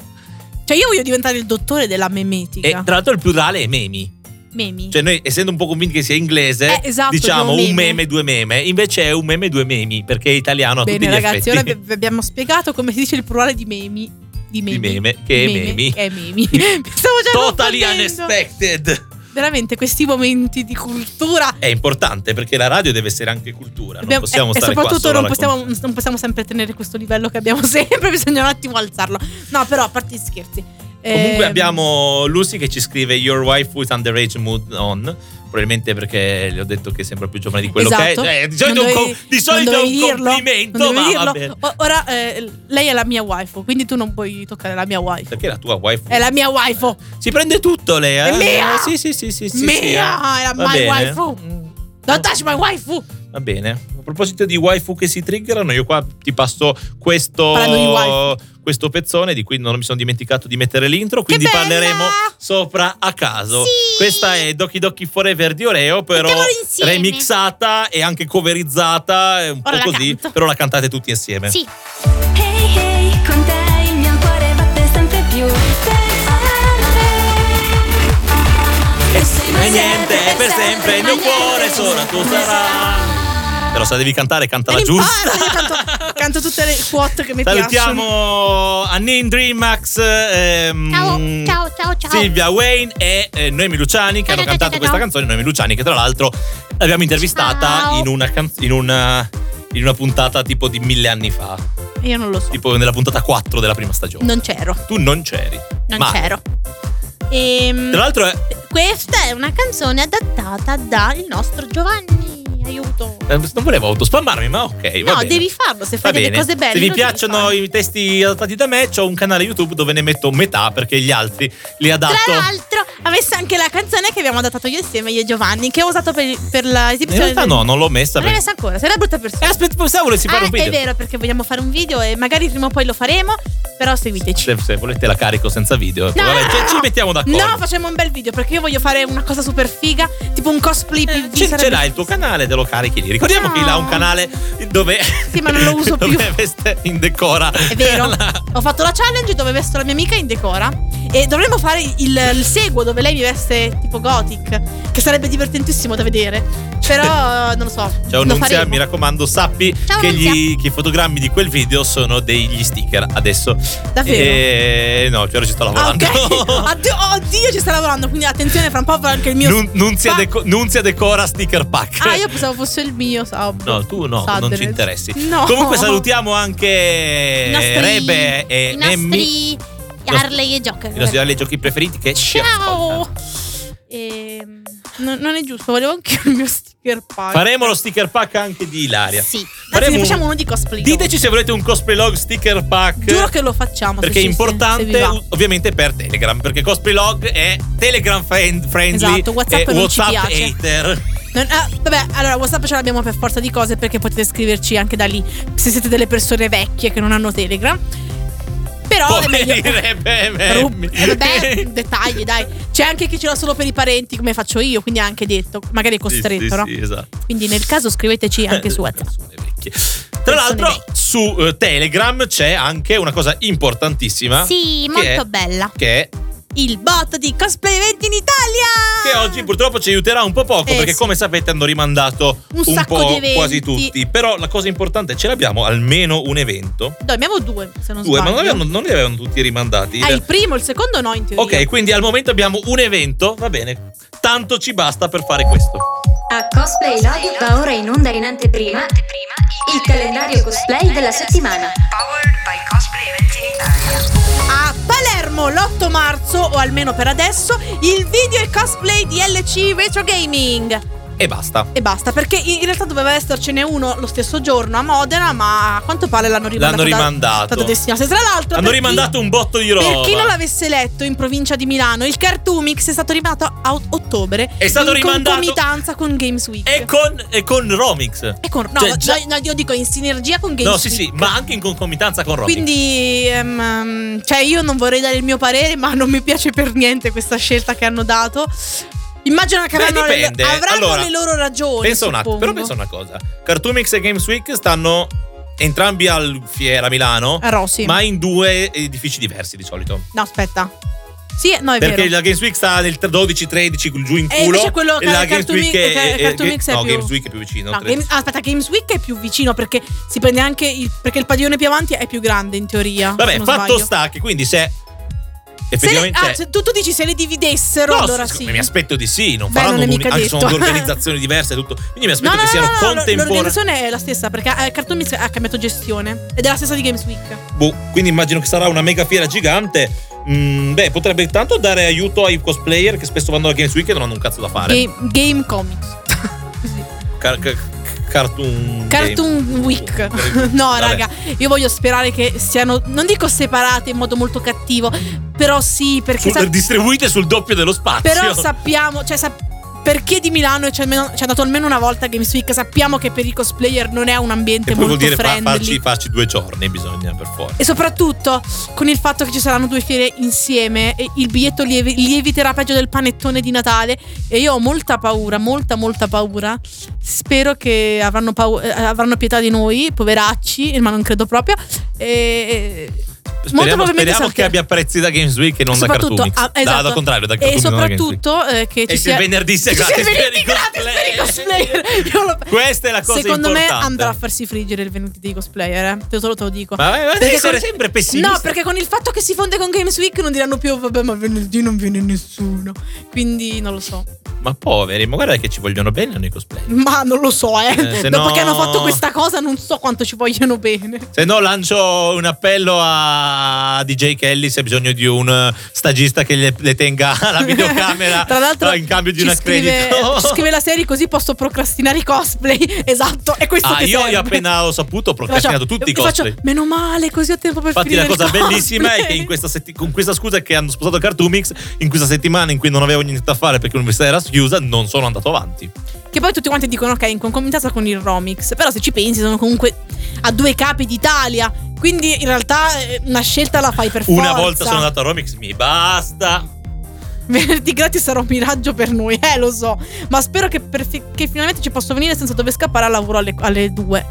Speaker 4: Cioè io voglio diventare il dottore della
Speaker 3: E
Speaker 4: memetica.
Speaker 3: tra l'altro il plurale è memi.
Speaker 4: Memi.
Speaker 3: Cioè, noi, essendo un po' convinti che sia inglese,
Speaker 4: Eh, esatto,
Speaker 3: diciamo
Speaker 4: due
Speaker 3: un
Speaker 4: meme.
Speaker 3: meme, due meme. Invece è un meme, due memi, perché è italiano a tutti
Speaker 4: Bene
Speaker 3: gli effetti.
Speaker 4: ragazzi,
Speaker 3: [LAUGHS]
Speaker 4: ora vi vi abbiamo spiegato come si dice il plurale di memi. Di memi.
Speaker 3: meme, che è memi.
Speaker 4: Che è memi. [LAUGHS] Stavo già
Speaker 3: Totally
Speaker 4: confondendo.
Speaker 3: unexpected.
Speaker 4: Veramente questi momenti di cultura
Speaker 3: È importante perché la radio deve essere anche cultura. non
Speaker 4: Abbiamo-
Speaker 3: possiamo
Speaker 4: e, e
Speaker 3: stare qua
Speaker 4: eh, soprattutto
Speaker 3: solo
Speaker 4: non
Speaker 3: a
Speaker 4: possiamo, non possiamo sempre tenere questo livello che abbiamo [LAUGHS] sempre, bisogna un attimo alzarlo. No, però a parte gli scherzi.
Speaker 3: Comunque
Speaker 4: ehm,
Speaker 3: abbiamo Lucy che ci scrive Your wife with underage mood on. Probabilmente perché le ho detto che sembra più giovane di quello
Speaker 4: esatto.
Speaker 3: che è. Eh, di solito,
Speaker 4: Non
Speaker 3: è un
Speaker 4: dovevi-
Speaker 3: co- di
Speaker 4: non
Speaker 3: solito è
Speaker 4: dovevi
Speaker 3: un
Speaker 4: dirlo,
Speaker 3: complimento,
Speaker 4: non dovevi
Speaker 3: ma
Speaker 4: dirlo.
Speaker 3: vabbè.
Speaker 4: O- Ora eh, lei è la mia waifu, quindi tu non puoi toccare la mia waifu.
Speaker 3: Perché la tua wife
Speaker 4: È la mia waifu.
Speaker 3: Si prende tutto lei, eh?
Speaker 4: È mia!
Speaker 3: Sì, sì, sì, sì, sì,
Speaker 4: Mia!
Speaker 3: sì, eh.
Speaker 4: È la
Speaker 3: Va
Speaker 4: my
Speaker 3: bene.
Speaker 4: waifu.
Speaker 3: Mm.
Speaker 4: Don't touch my waifu.
Speaker 3: Va bene. A proposito di waifu che si triggerano, io qua ti passo
Speaker 4: Parlando di
Speaker 3: questo,
Speaker 4: waifu.
Speaker 3: questo pezzone di cui non mi sono dimenticato di mettere l'intro, quindi
Speaker 4: bella!
Speaker 3: parleremo sopra a caso. Questa è Doki Doki Forever di Oreo, però
Speaker 1: Mettiamola insieme.
Speaker 3: remixata e anche coverizzata, è un
Speaker 4: Ora la
Speaker 3: po' così,
Speaker 4: canto.
Speaker 3: però la cantate tutti insieme.
Speaker 1: Sì.
Speaker 2: Hey hey, con te il mio cuore batte sempre più
Speaker 3: E niente, per sempre il mio cuore solo tu sarà. Però se la devi cantare, cantala
Speaker 4: Me ne
Speaker 3: giusta.
Speaker 4: importa, io canto, canto tutte le quote che mi piacciono.
Speaker 3: Salutiamo Annin Dreamax, ehm,
Speaker 6: Ciao, ciao, ciao, ciao.
Speaker 3: Silvia Wayne e eh, Noemi Luciani che
Speaker 6: Ciao,
Speaker 3: hanno
Speaker 6: ciao,
Speaker 3: cantato
Speaker 6: ciao,
Speaker 3: questa
Speaker 6: ciao.
Speaker 3: canzone. Noemi Luciani, che tra l'altro l'abbiamo intervistata
Speaker 6: Ciao.
Speaker 3: in una, can- in, una, in una puntata tipo di mille anni fa,
Speaker 4: Io non lo so.
Speaker 3: tipo nella puntata 4 della prima stagione.
Speaker 4: Non c'ero,
Speaker 3: Tu non c'eri.
Speaker 6: Non
Speaker 3: ma-
Speaker 6: c'ero. Ehm,
Speaker 3: Tra l'altro, eh,
Speaker 6: questa è una canzone adattata dal nostro Giovanni. Aiuto.
Speaker 3: eh, non volevo autospammarmi, ma ok. va
Speaker 6: No,
Speaker 3: bene.
Speaker 6: devi farlo se
Speaker 3: Va
Speaker 6: fai delle
Speaker 3: bene.
Speaker 6: cose belle.
Speaker 3: Se vi
Speaker 6: lo devi
Speaker 3: piacciono
Speaker 6: fare.
Speaker 3: i testi adattati da me, c'ho un canale YouTube dove ne metto metà perché gli altri li adatto.
Speaker 6: Tra l'altro,
Speaker 4: ha messo anche la canzone che abbiamo adattato io insieme, io e Giovanni, che ho usato per, per
Speaker 3: In
Speaker 4: l'esibizione.
Speaker 3: realtà no, non l'ho messa.
Speaker 4: Non l'hai
Speaker 3: perché-
Speaker 4: messa ancora, sei una brutta
Speaker 3: Eh,
Speaker 4: persona.
Speaker 3: aspetta, pensavo volessi fare
Speaker 4: Ah,
Speaker 3: un
Speaker 4: è
Speaker 3: video.
Speaker 4: vero, perché vogliamo fare un video e magari prima o poi lo faremo, però seguiteci.
Speaker 3: Se, se volete la carico senza video. ecco, vabbè, ci, ci mettiamo d'accordo.
Speaker 4: No, facciamo un bel video perché io voglio fare una cosa super figa, tipo un cosplay
Speaker 3: Eh,
Speaker 4: PV,
Speaker 3: ce,
Speaker 4: sarebbe
Speaker 3: ce l'hai il tuo canale, te lo carichi lì. Ricordiamo che
Speaker 4: No.
Speaker 3: là ha un canale dove.
Speaker 4: Sì, ma non lo
Speaker 3: [LAUGHS]
Speaker 4: uso più.
Speaker 3: Dove veste in decora.
Speaker 4: È
Speaker 3: [LAUGHS]
Speaker 4: vero. Ho fatto la challenge dove vesto la mia amica in decora. E dovremmo fare il, il seguo dove lei mi veste tipo gothic. Che sarebbe divertentissimo da vedere.
Speaker 3: [LAUGHS]
Speaker 4: Però non lo so.
Speaker 3: Ciao
Speaker 4: lo
Speaker 3: Nunzia,
Speaker 4: faremo.
Speaker 3: mi raccomando, sappi
Speaker 6: Ciao,
Speaker 3: che, gli-
Speaker 6: Nunzia.
Speaker 3: che i fotogrammi di quel video sono degli sticker adesso.
Speaker 4: Davvero?
Speaker 3: Eh, E... No, cioè ora ci sto
Speaker 4: Ah,
Speaker 3: lavorando.
Speaker 4: ok.
Speaker 3: [LAUGHS]
Speaker 4: [LAUGHS] Addio, oddio, ci sta lavorando. Quindi attenzione, fra un po' avrò anche il mio.
Speaker 3: Nun- Nunzia,
Speaker 4: Pa-
Speaker 3: deco- Nunzia decora sticker pack.
Speaker 4: Ah, io pensavo fosse il mio. Sab.
Speaker 3: No, tu no, non
Speaker 4: Sadness.
Speaker 3: ci interessi.
Speaker 4: No.
Speaker 3: Comunque salutiamo anche
Speaker 6: i nostri,
Speaker 3: Rebe e
Speaker 6: i
Speaker 3: Nemmi,
Speaker 6: nostri
Speaker 3: Nos-
Speaker 6: Harley e Joker.
Speaker 3: i nostri dei giochi preferiti che ci
Speaker 6: Ciao.
Speaker 3: ascoltano.
Speaker 4: Ehm, non, non è giusto, volevo anche il mio sticker pack.
Speaker 3: Faremo lo sticker pack anche di Ilaria.
Speaker 6: Sì.
Speaker 4: Anzi,
Speaker 3: faremo
Speaker 4: ne
Speaker 3: un-
Speaker 4: facciamo uno di cosplay.
Speaker 3: Diteci se volete un cosplay log sticker pack.
Speaker 4: Giuro che lo facciamo. se
Speaker 3: perché è
Speaker 4: ci- se- se vi
Speaker 3: importante
Speaker 4: va.
Speaker 3: u- ovviamente per Telegram, perché cosplay log è Telegram friend- friendly
Speaker 4: Esatto, WhatsApp
Speaker 3: e
Speaker 4: non ci
Speaker 3: WhatsApp
Speaker 4: piace.
Speaker 3: hater.
Speaker 4: Non- ah, vabbè, allora WhatsApp ce l'abbiamo per forza di cose perché potete scriverci anche da lì se siete delle persone vecchie che non hanno Telegram. Però è
Speaker 3: Come [LAUGHS]
Speaker 4: meglio.
Speaker 3: direbbe
Speaker 4: Ru-
Speaker 3: Memmi.
Speaker 4: eh, vabbè, dettagli, dai. C'è anche chi ce l'ha solo per i parenti, come faccio io, quindi è anche detto, magari è costretto,
Speaker 3: Sì, sì,
Speaker 4: no?
Speaker 3: sì, Eh, esatto.
Speaker 4: Quindi nel caso scriveteci anche su WhatsApp.
Speaker 3: Persone vecchie. Tra l'altro
Speaker 4: vecchie.
Speaker 3: su eh, Telegram c'è anche una cosa importantissima
Speaker 6: Sì,
Speaker 3: Che
Speaker 6: molto
Speaker 3: eh, è-
Speaker 6: bella.
Speaker 3: che è
Speaker 4: Il bot di Cosplay Event in Italia!
Speaker 3: che oggi purtroppo ci aiuterà un po' poco
Speaker 4: Ah. Eh,
Speaker 3: perché
Speaker 4: sì.
Speaker 3: come sapete hanno rimandato
Speaker 4: Un sacco di
Speaker 3: po'
Speaker 4: eventi.
Speaker 3: quasi tutti però la cosa importante è che ce l'abbiamo almeno un evento
Speaker 4: Dai, abbiamo due, se non
Speaker 3: due ma
Speaker 4: sbaglio.
Speaker 3: non, avevano- non li avevano tutti rimandati Eh,
Speaker 4: Ah, il primo, il secondo no, in teoria.
Speaker 3: ok quindi al momento abbiamo un evento va bene tanto ci basta per fare questo
Speaker 2: A Cosplay Log va ora in onda in anteprima il calendario cosplay della settimana.
Speaker 7: Powered by Cosplay Event in Italia.
Speaker 4: a Palermo l'8 marzo, o almeno per adesso, il video e cosplay di LC Retro Gaming.
Speaker 3: e basta
Speaker 4: E basta, perché in in realtà doveva essercene uno lo stesso giorno a Modena, ma a quanto pare l'hanno rimandato.
Speaker 3: l'hanno
Speaker 4: da-
Speaker 3: rimandato
Speaker 4: stato destinato. E Tra l'altro,
Speaker 3: hanno
Speaker 4: per chi-
Speaker 3: rimandato un botto di roba
Speaker 4: Per chi non l'avesse letto in provincia di Milano, il Cartoomix è stato rimandato a ot- ottobre.
Speaker 3: È stato
Speaker 4: in
Speaker 3: rimandato-
Speaker 4: concomitanza con Games Week.
Speaker 3: e con, e con Romix
Speaker 4: E con- no,
Speaker 3: Cioè, già-
Speaker 4: no, no, io dico in sinergia con Games
Speaker 3: no
Speaker 4: Week.
Speaker 3: sì sì ma anche in concomitanza con Romix
Speaker 4: Quindi, ehm, ehm, cioè, io non vorrei dare il mio parere, ma non mi piace per niente questa scelta che hanno dato. Immagino che
Speaker 3: Beh,
Speaker 4: avranno, le,
Speaker 3: dipende. eh.
Speaker 4: avranno
Speaker 3: Allora,
Speaker 4: le loro ragioni.
Speaker 3: Pensa un attimo, però pensa
Speaker 4: suppongo.
Speaker 3: una cosa. Cartoomix e Games Week stanno entrambi al Fiera Milano,
Speaker 4: A Eh, Rossi.
Speaker 3: ma in due edifici diversi di solito.
Speaker 4: No, aspetta. Sì, eh, no, è
Speaker 3: Perché
Speaker 4: vero.
Speaker 3: la Games Week sta nel 12-13 giù in culo.
Speaker 4: E invece quello
Speaker 3: la
Speaker 4: Cartoon Week- Car- Cartoon Mix è
Speaker 3: no,
Speaker 4: più-
Speaker 3: Games Week è più vicino.
Speaker 4: No,
Speaker 3: tre-
Speaker 4: Games- ah, aspetta, Games Week è più vicino perché si prende anche il, perché il padiglione più avanti è più grande in teoria. se
Speaker 3: Vabbè,
Speaker 4: non
Speaker 3: fatto
Speaker 4: sbaglio.
Speaker 3: sta che quindi se
Speaker 4: Se le-
Speaker 3: effettivamente
Speaker 4: ah, se tu, tu dici se le dividessero,
Speaker 3: No,
Speaker 4: allora
Speaker 3: secondo
Speaker 4: sì.
Speaker 3: me mi aspetto di sì, non
Speaker 4: Beh,
Speaker 3: faranno
Speaker 4: non è
Speaker 3: comuni-
Speaker 4: mica
Speaker 3: anche
Speaker 4: detto.
Speaker 3: sono due organizzazioni diverse e tutto.
Speaker 4: [LAUGHS]
Speaker 3: Quindi mi
Speaker 4: No,
Speaker 3: aspetto
Speaker 4: no,
Speaker 3: che siano
Speaker 4: no, no, no,
Speaker 3: contemporanee.
Speaker 4: l'organizzazione è la stessa perché eh, Cartoon Mix ha cambiato gestione ed è la stessa di Games Week.
Speaker 3: Boh, quindi immagino che sarà una mega fiera gigante. Mm, beh, potrebbe tanto dare aiuto ai cosplayer che spesso vanno alla Games Week e non hanno un cazzo da fare.
Speaker 4: Game, Game Comics. [LAUGHS] Sì.
Speaker 3: Car- ca- cartoon.
Speaker 4: Cartoon
Speaker 3: Game.
Speaker 4: Week. [LAUGHS]
Speaker 3: Cartoon-
Speaker 4: no,
Speaker 3: Vabbè.
Speaker 4: raga, io voglio sperare che siano, non dico separate in modo molto cattivo, però sì, perché
Speaker 3: Sul-
Speaker 4: sa-
Speaker 3: distribuite sul doppio dello spazio.
Speaker 4: Esatto. però sappiamo, cioè sa- per chi è di Milano e ci è almeno- ci è andato almeno una volta a Games Week, sappiamo che per i cosplayer non è un ambiente
Speaker 3: Che poi vuol
Speaker 4: molto
Speaker 3: dire fa-
Speaker 4: friendly.
Speaker 3: farci, farci due giorni, bisogna per forza.
Speaker 4: E soprattutto con il fatto che ci saranno due fiere insieme, e il biglietto lievi- lieviterà peggio del panettone di Natale. E io ho molta paura, molta, molta paura. Spero che avranno, pau- eh, avranno pietà di noi, poveracci, eh, ma non credo proprio. E-
Speaker 3: Speriamo,
Speaker 4: probabilmente
Speaker 3: speriamo che
Speaker 4: sarà che-
Speaker 3: abbia prezzi da Games Week e non da
Speaker 4: Soprattutto,
Speaker 3: Cartoonix.
Speaker 4: ah,
Speaker 3: Da-
Speaker 4: esatto.
Speaker 3: dal contrario, da
Speaker 4: E
Speaker 3: Cartoonix, non da Games Week.
Speaker 4: soprattutto eh, che ci
Speaker 3: E che
Speaker 4: sia
Speaker 3: venerdì sia
Speaker 4: [LAUGHS] Ci sia
Speaker 3: gratis per
Speaker 4: venerdì
Speaker 3: i
Speaker 4: gratis per i
Speaker 3: cosplayer.
Speaker 4: cosplayer. Io lo-
Speaker 3: Questa è la cosa
Speaker 4: Secondo me
Speaker 3: importante.
Speaker 4: andrà a farsi friggere il venerdì dei cosplayer, eh. Te solo te lo dico.
Speaker 3: Ma- ma devi
Speaker 4: Perché
Speaker 3: essere sempre pessimista.
Speaker 4: No, perché con il fatto che si fonde con Games Week non diranno più vabbè, ma venerdì non viene nessuno. Quindi non lo so.
Speaker 3: Ma poveri, ma guarda che ci vogliono bene a noi cosplayer.
Speaker 4: Ma non lo so, eh.
Speaker 3: Eh, se
Speaker 4: Dopo
Speaker 3: no-
Speaker 4: che hanno fatto questa cosa non so quanto ci vogliono bene.
Speaker 3: Se no, lancio un appello a DJ Kelly se ha bisogno di un eh, stagista che le, le tenga [LAUGHS] la videocamera
Speaker 4: [LAUGHS] Tra l'altro,
Speaker 3: no, in cambio di
Speaker 4: ci
Speaker 3: un
Speaker 4: scrive-
Speaker 3: accredito.
Speaker 4: [LAUGHS] ci scrive la serie così posso procrastinare i cosplay. [LAUGHS] Esatto, è questo
Speaker 3: Ah,
Speaker 4: che
Speaker 3: io,
Speaker 4: serve.
Speaker 3: io appena ho saputo ho procrastinato
Speaker 4: Faccio-
Speaker 3: tutti i
Speaker 4: ti
Speaker 3: cosplay.
Speaker 4: Faccio, Meno male, così ho tempo per
Speaker 3: Infatti
Speaker 4: finire
Speaker 3: la cosa
Speaker 4: il cosplay."
Speaker 3: bellissima è che
Speaker 4: [LAUGHS]
Speaker 3: in questa setti- con questa scusa che hanno spostato il Cartoomix, in questa settimana in cui non avevo niente da fare perché l'università era chiusa, non sono andato avanti.
Speaker 4: Che poi tutti quanti dicono, ok, in concomitanza con il Romix. Però se ci pensi, sono comunque a due capi d'Italia. Quindi in realtà eh, una scelta la fai per forza.
Speaker 3: Una volta sono andato a Romix, mi basta.
Speaker 4: [LAUGHS] Venerdì gratis sarà un miraggio per noi, eh, lo so. Ma spero che, per fi- che finalmente ci posso venire senza dover scappare al lavoro alle, alle due.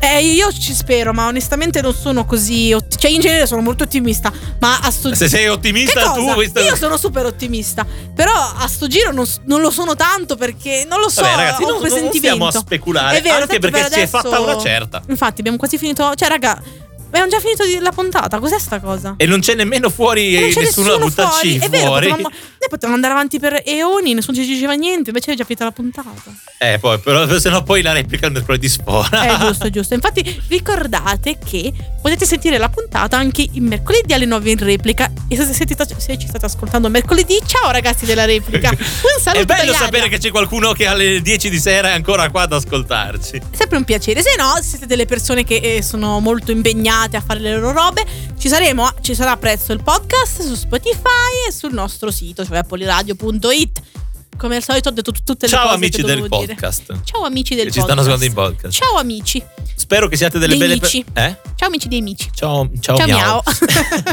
Speaker 4: Eh, io ci spero, ma onestamente non sono così. otti- cioè, in genere sono molto ottimista. Ma a sto
Speaker 3: Se sei ottimista
Speaker 4: Che
Speaker 3: tu,
Speaker 4: cosa?
Speaker 3: questo-
Speaker 4: Io sono super ottimista. Però a sto giro non, s- non lo sono tanto perché non lo so.
Speaker 3: Vabbè, ragazzi,
Speaker 4: ho
Speaker 3: non,
Speaker 4: quel
Speaker 3: non
Speaker 4: sentimento.
Speaker 3: stiamo a speculare,
Speaker 4: È vero,
Speaker 3: anche
Speaker 4: tanto
Speaker 3: perché
Speaker 4: per
Speaker 3: si è
Speaker 4: adesso-
Speaker 3: fatta una certa.
Speaker 4: Infatti, abbiamo quasi finito. Cioè, raga, abbiamo già finito di- la puntata. Cos'è sta cosa?
Speaker 3: E non c'è nemmeno fuori
Speaker 4: E non c'è
Speaker 3: nessuno da buttarci
Speaker 4: fuori. È
Speaker 3: fuori.
Speaker 4: vero, potevamo, noi potevamo andare avanti per eoni, nessuno ci diceva niente, invece è già finita la puntata.
Speaker 3: Eh, poi, però, se no poi la replica il mercoledì sfora. [LAUGHS]
Speaker 4: È giusto, giusto. Infatti ricordate che potete sentire la puntata anche il mercoledì alle 9 in replica. E se, se ti sta- se ci state ascoltando mercoledì, ciao ragazzi
Speaker 3: [LAUGHS]
Speaker 4: della replica. Un saluto.
Speaker 3: È bello
Speaker 4: dagli
Speaker 3: sapere
Speaker 4: Aria.
Speaker 3: che c'è qualcuno che alle 10 di sera è ancora qua ad ascoltarci.
Speaker 4: È sempre un piacere. Se no, se siete delle persone che eh, sono molto impegnate a fare le loro robe, ci saremo. Ci sarà presto il podcast su Spotify e sul nostro sito, cioè poliradio.it. Come al solito ho detto tut- tutte le
Speaker 3: Ciao
Speaker 4: cose
Speaker 3: amici
Speaker 4: che
Speaker 3: del
Speaker 4: dovevo dire.
Speaker 3: podcast.
Speaker 4: Ciao amici del
Speaker 3: Che ci
Speaker 4: podcast.
Speaker 3: stanno ascoltando in podcast.
Speaker 4: Ciao amici.
Speaker 3: Spero che siate delle
Speaker 4: Dei
Speaker 3: belle
Speaker 4: mici.
Speaker 3: persone. Eh?
Speaker 4: Ciao amici dei amici.
Speaker 3: Ciao, ciao,
Speaker 4: Ciao,
Speaker 3: miau.
Speaker 4: miau.
Speaker 3: [LAUGHS]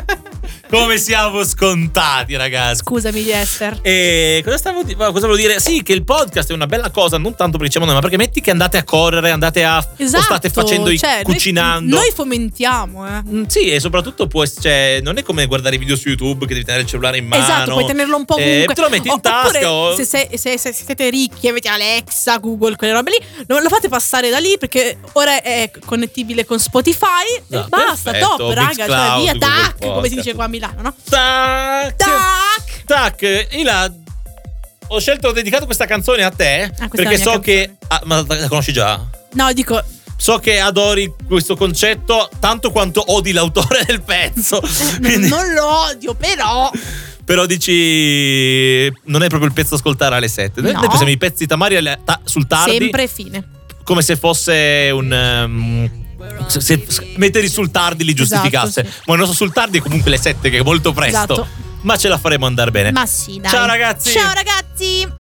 Speaker 3: Come siamo scontati, ragazzi.
Speaker 4: Scusami, Jester.
Speaker 3: E cosa stavo di- cosa volevo dire? Sì, che il podcast è una bella cosa, non tanto perché diciamo noi, ma perché metti che andate a correre, andate a o state facendo i
Speaker 4: Esatto, cioè, noi-
Speaker 3: cucinando.
Speaker 4: Noi, fomentiamo, eh.
Speaker 3: Mm, Sì, e soprattutto può ess- cioè, non è come guardare i video su YouTube che devi tenere il cellulare in mano.
Speaker 4: Esatto, puoi tenerlo un po'
Speaker 3: Eh,
Speaker 4: comunque.
Speaker 3: te lo metti in tasca. oh. o-
Speaker 4: se, se- se- se siete ricchi e avete Alexa, Google, quelle robe lì, lo, lo fate passare da lì perché ora è connettibile con Spotify e
Speaker 3: Esatto,
Speaker 4: basta,
Speaker 3: perfetto,
Speaker 4: top, raga, cioè
Speaker 3: Mixcloud,
Speaker 4: via,
Speaker 3: Google
Speaker 4: tac, come si
Speaker 3: Podcast.
Speaker 4: dice qua a Milano, no?
Speaker 3: Tac!
Speaker 4: Tac!
Speaker 3: Tac! Ila, ho scelto, ho dedicato questa canzone a te
Speaker 4: questa è la
Speaker 3: perché
Speaker 4: mia
Speaker 3: so
Speaker 4: canzone.
Speaker 3: che... ah, ma la la conosci già?
Speaker 4: No, dico,
Speaker 3: So che adori questo concetto tanto quanto odi l'autore del
Speaker 4: [LAUGHS]
Speaker 3: pezzo. Quindi-
Speaker 4: non lo odio, però
Speaker 3: Però dici. Non è proprio il pezzo da ascoltare alle 7. Noi
Speaker 4: No.
Speaker 3: noi pensiamo i pezzi tamari alle- ta- sul tardi.
Speaker 4: sempre fine.
Speaker 3: Come se fosse un. ehm, se, se- se- metterli sul tardi li giustificasse.
Speaker 4: Esatto, sì.
Speaker 3: Ma il nostro sul tardi è comunque le 7, che è molto presto.
Speaker 4: Esatto.
Speaker 3: Ma ce la faremo andare bene.
Speaker 4: Ma sì, dai.
Speaker 3: Eh. Ciao, ragazzi.
Speaker 4: Ciao ragazzi.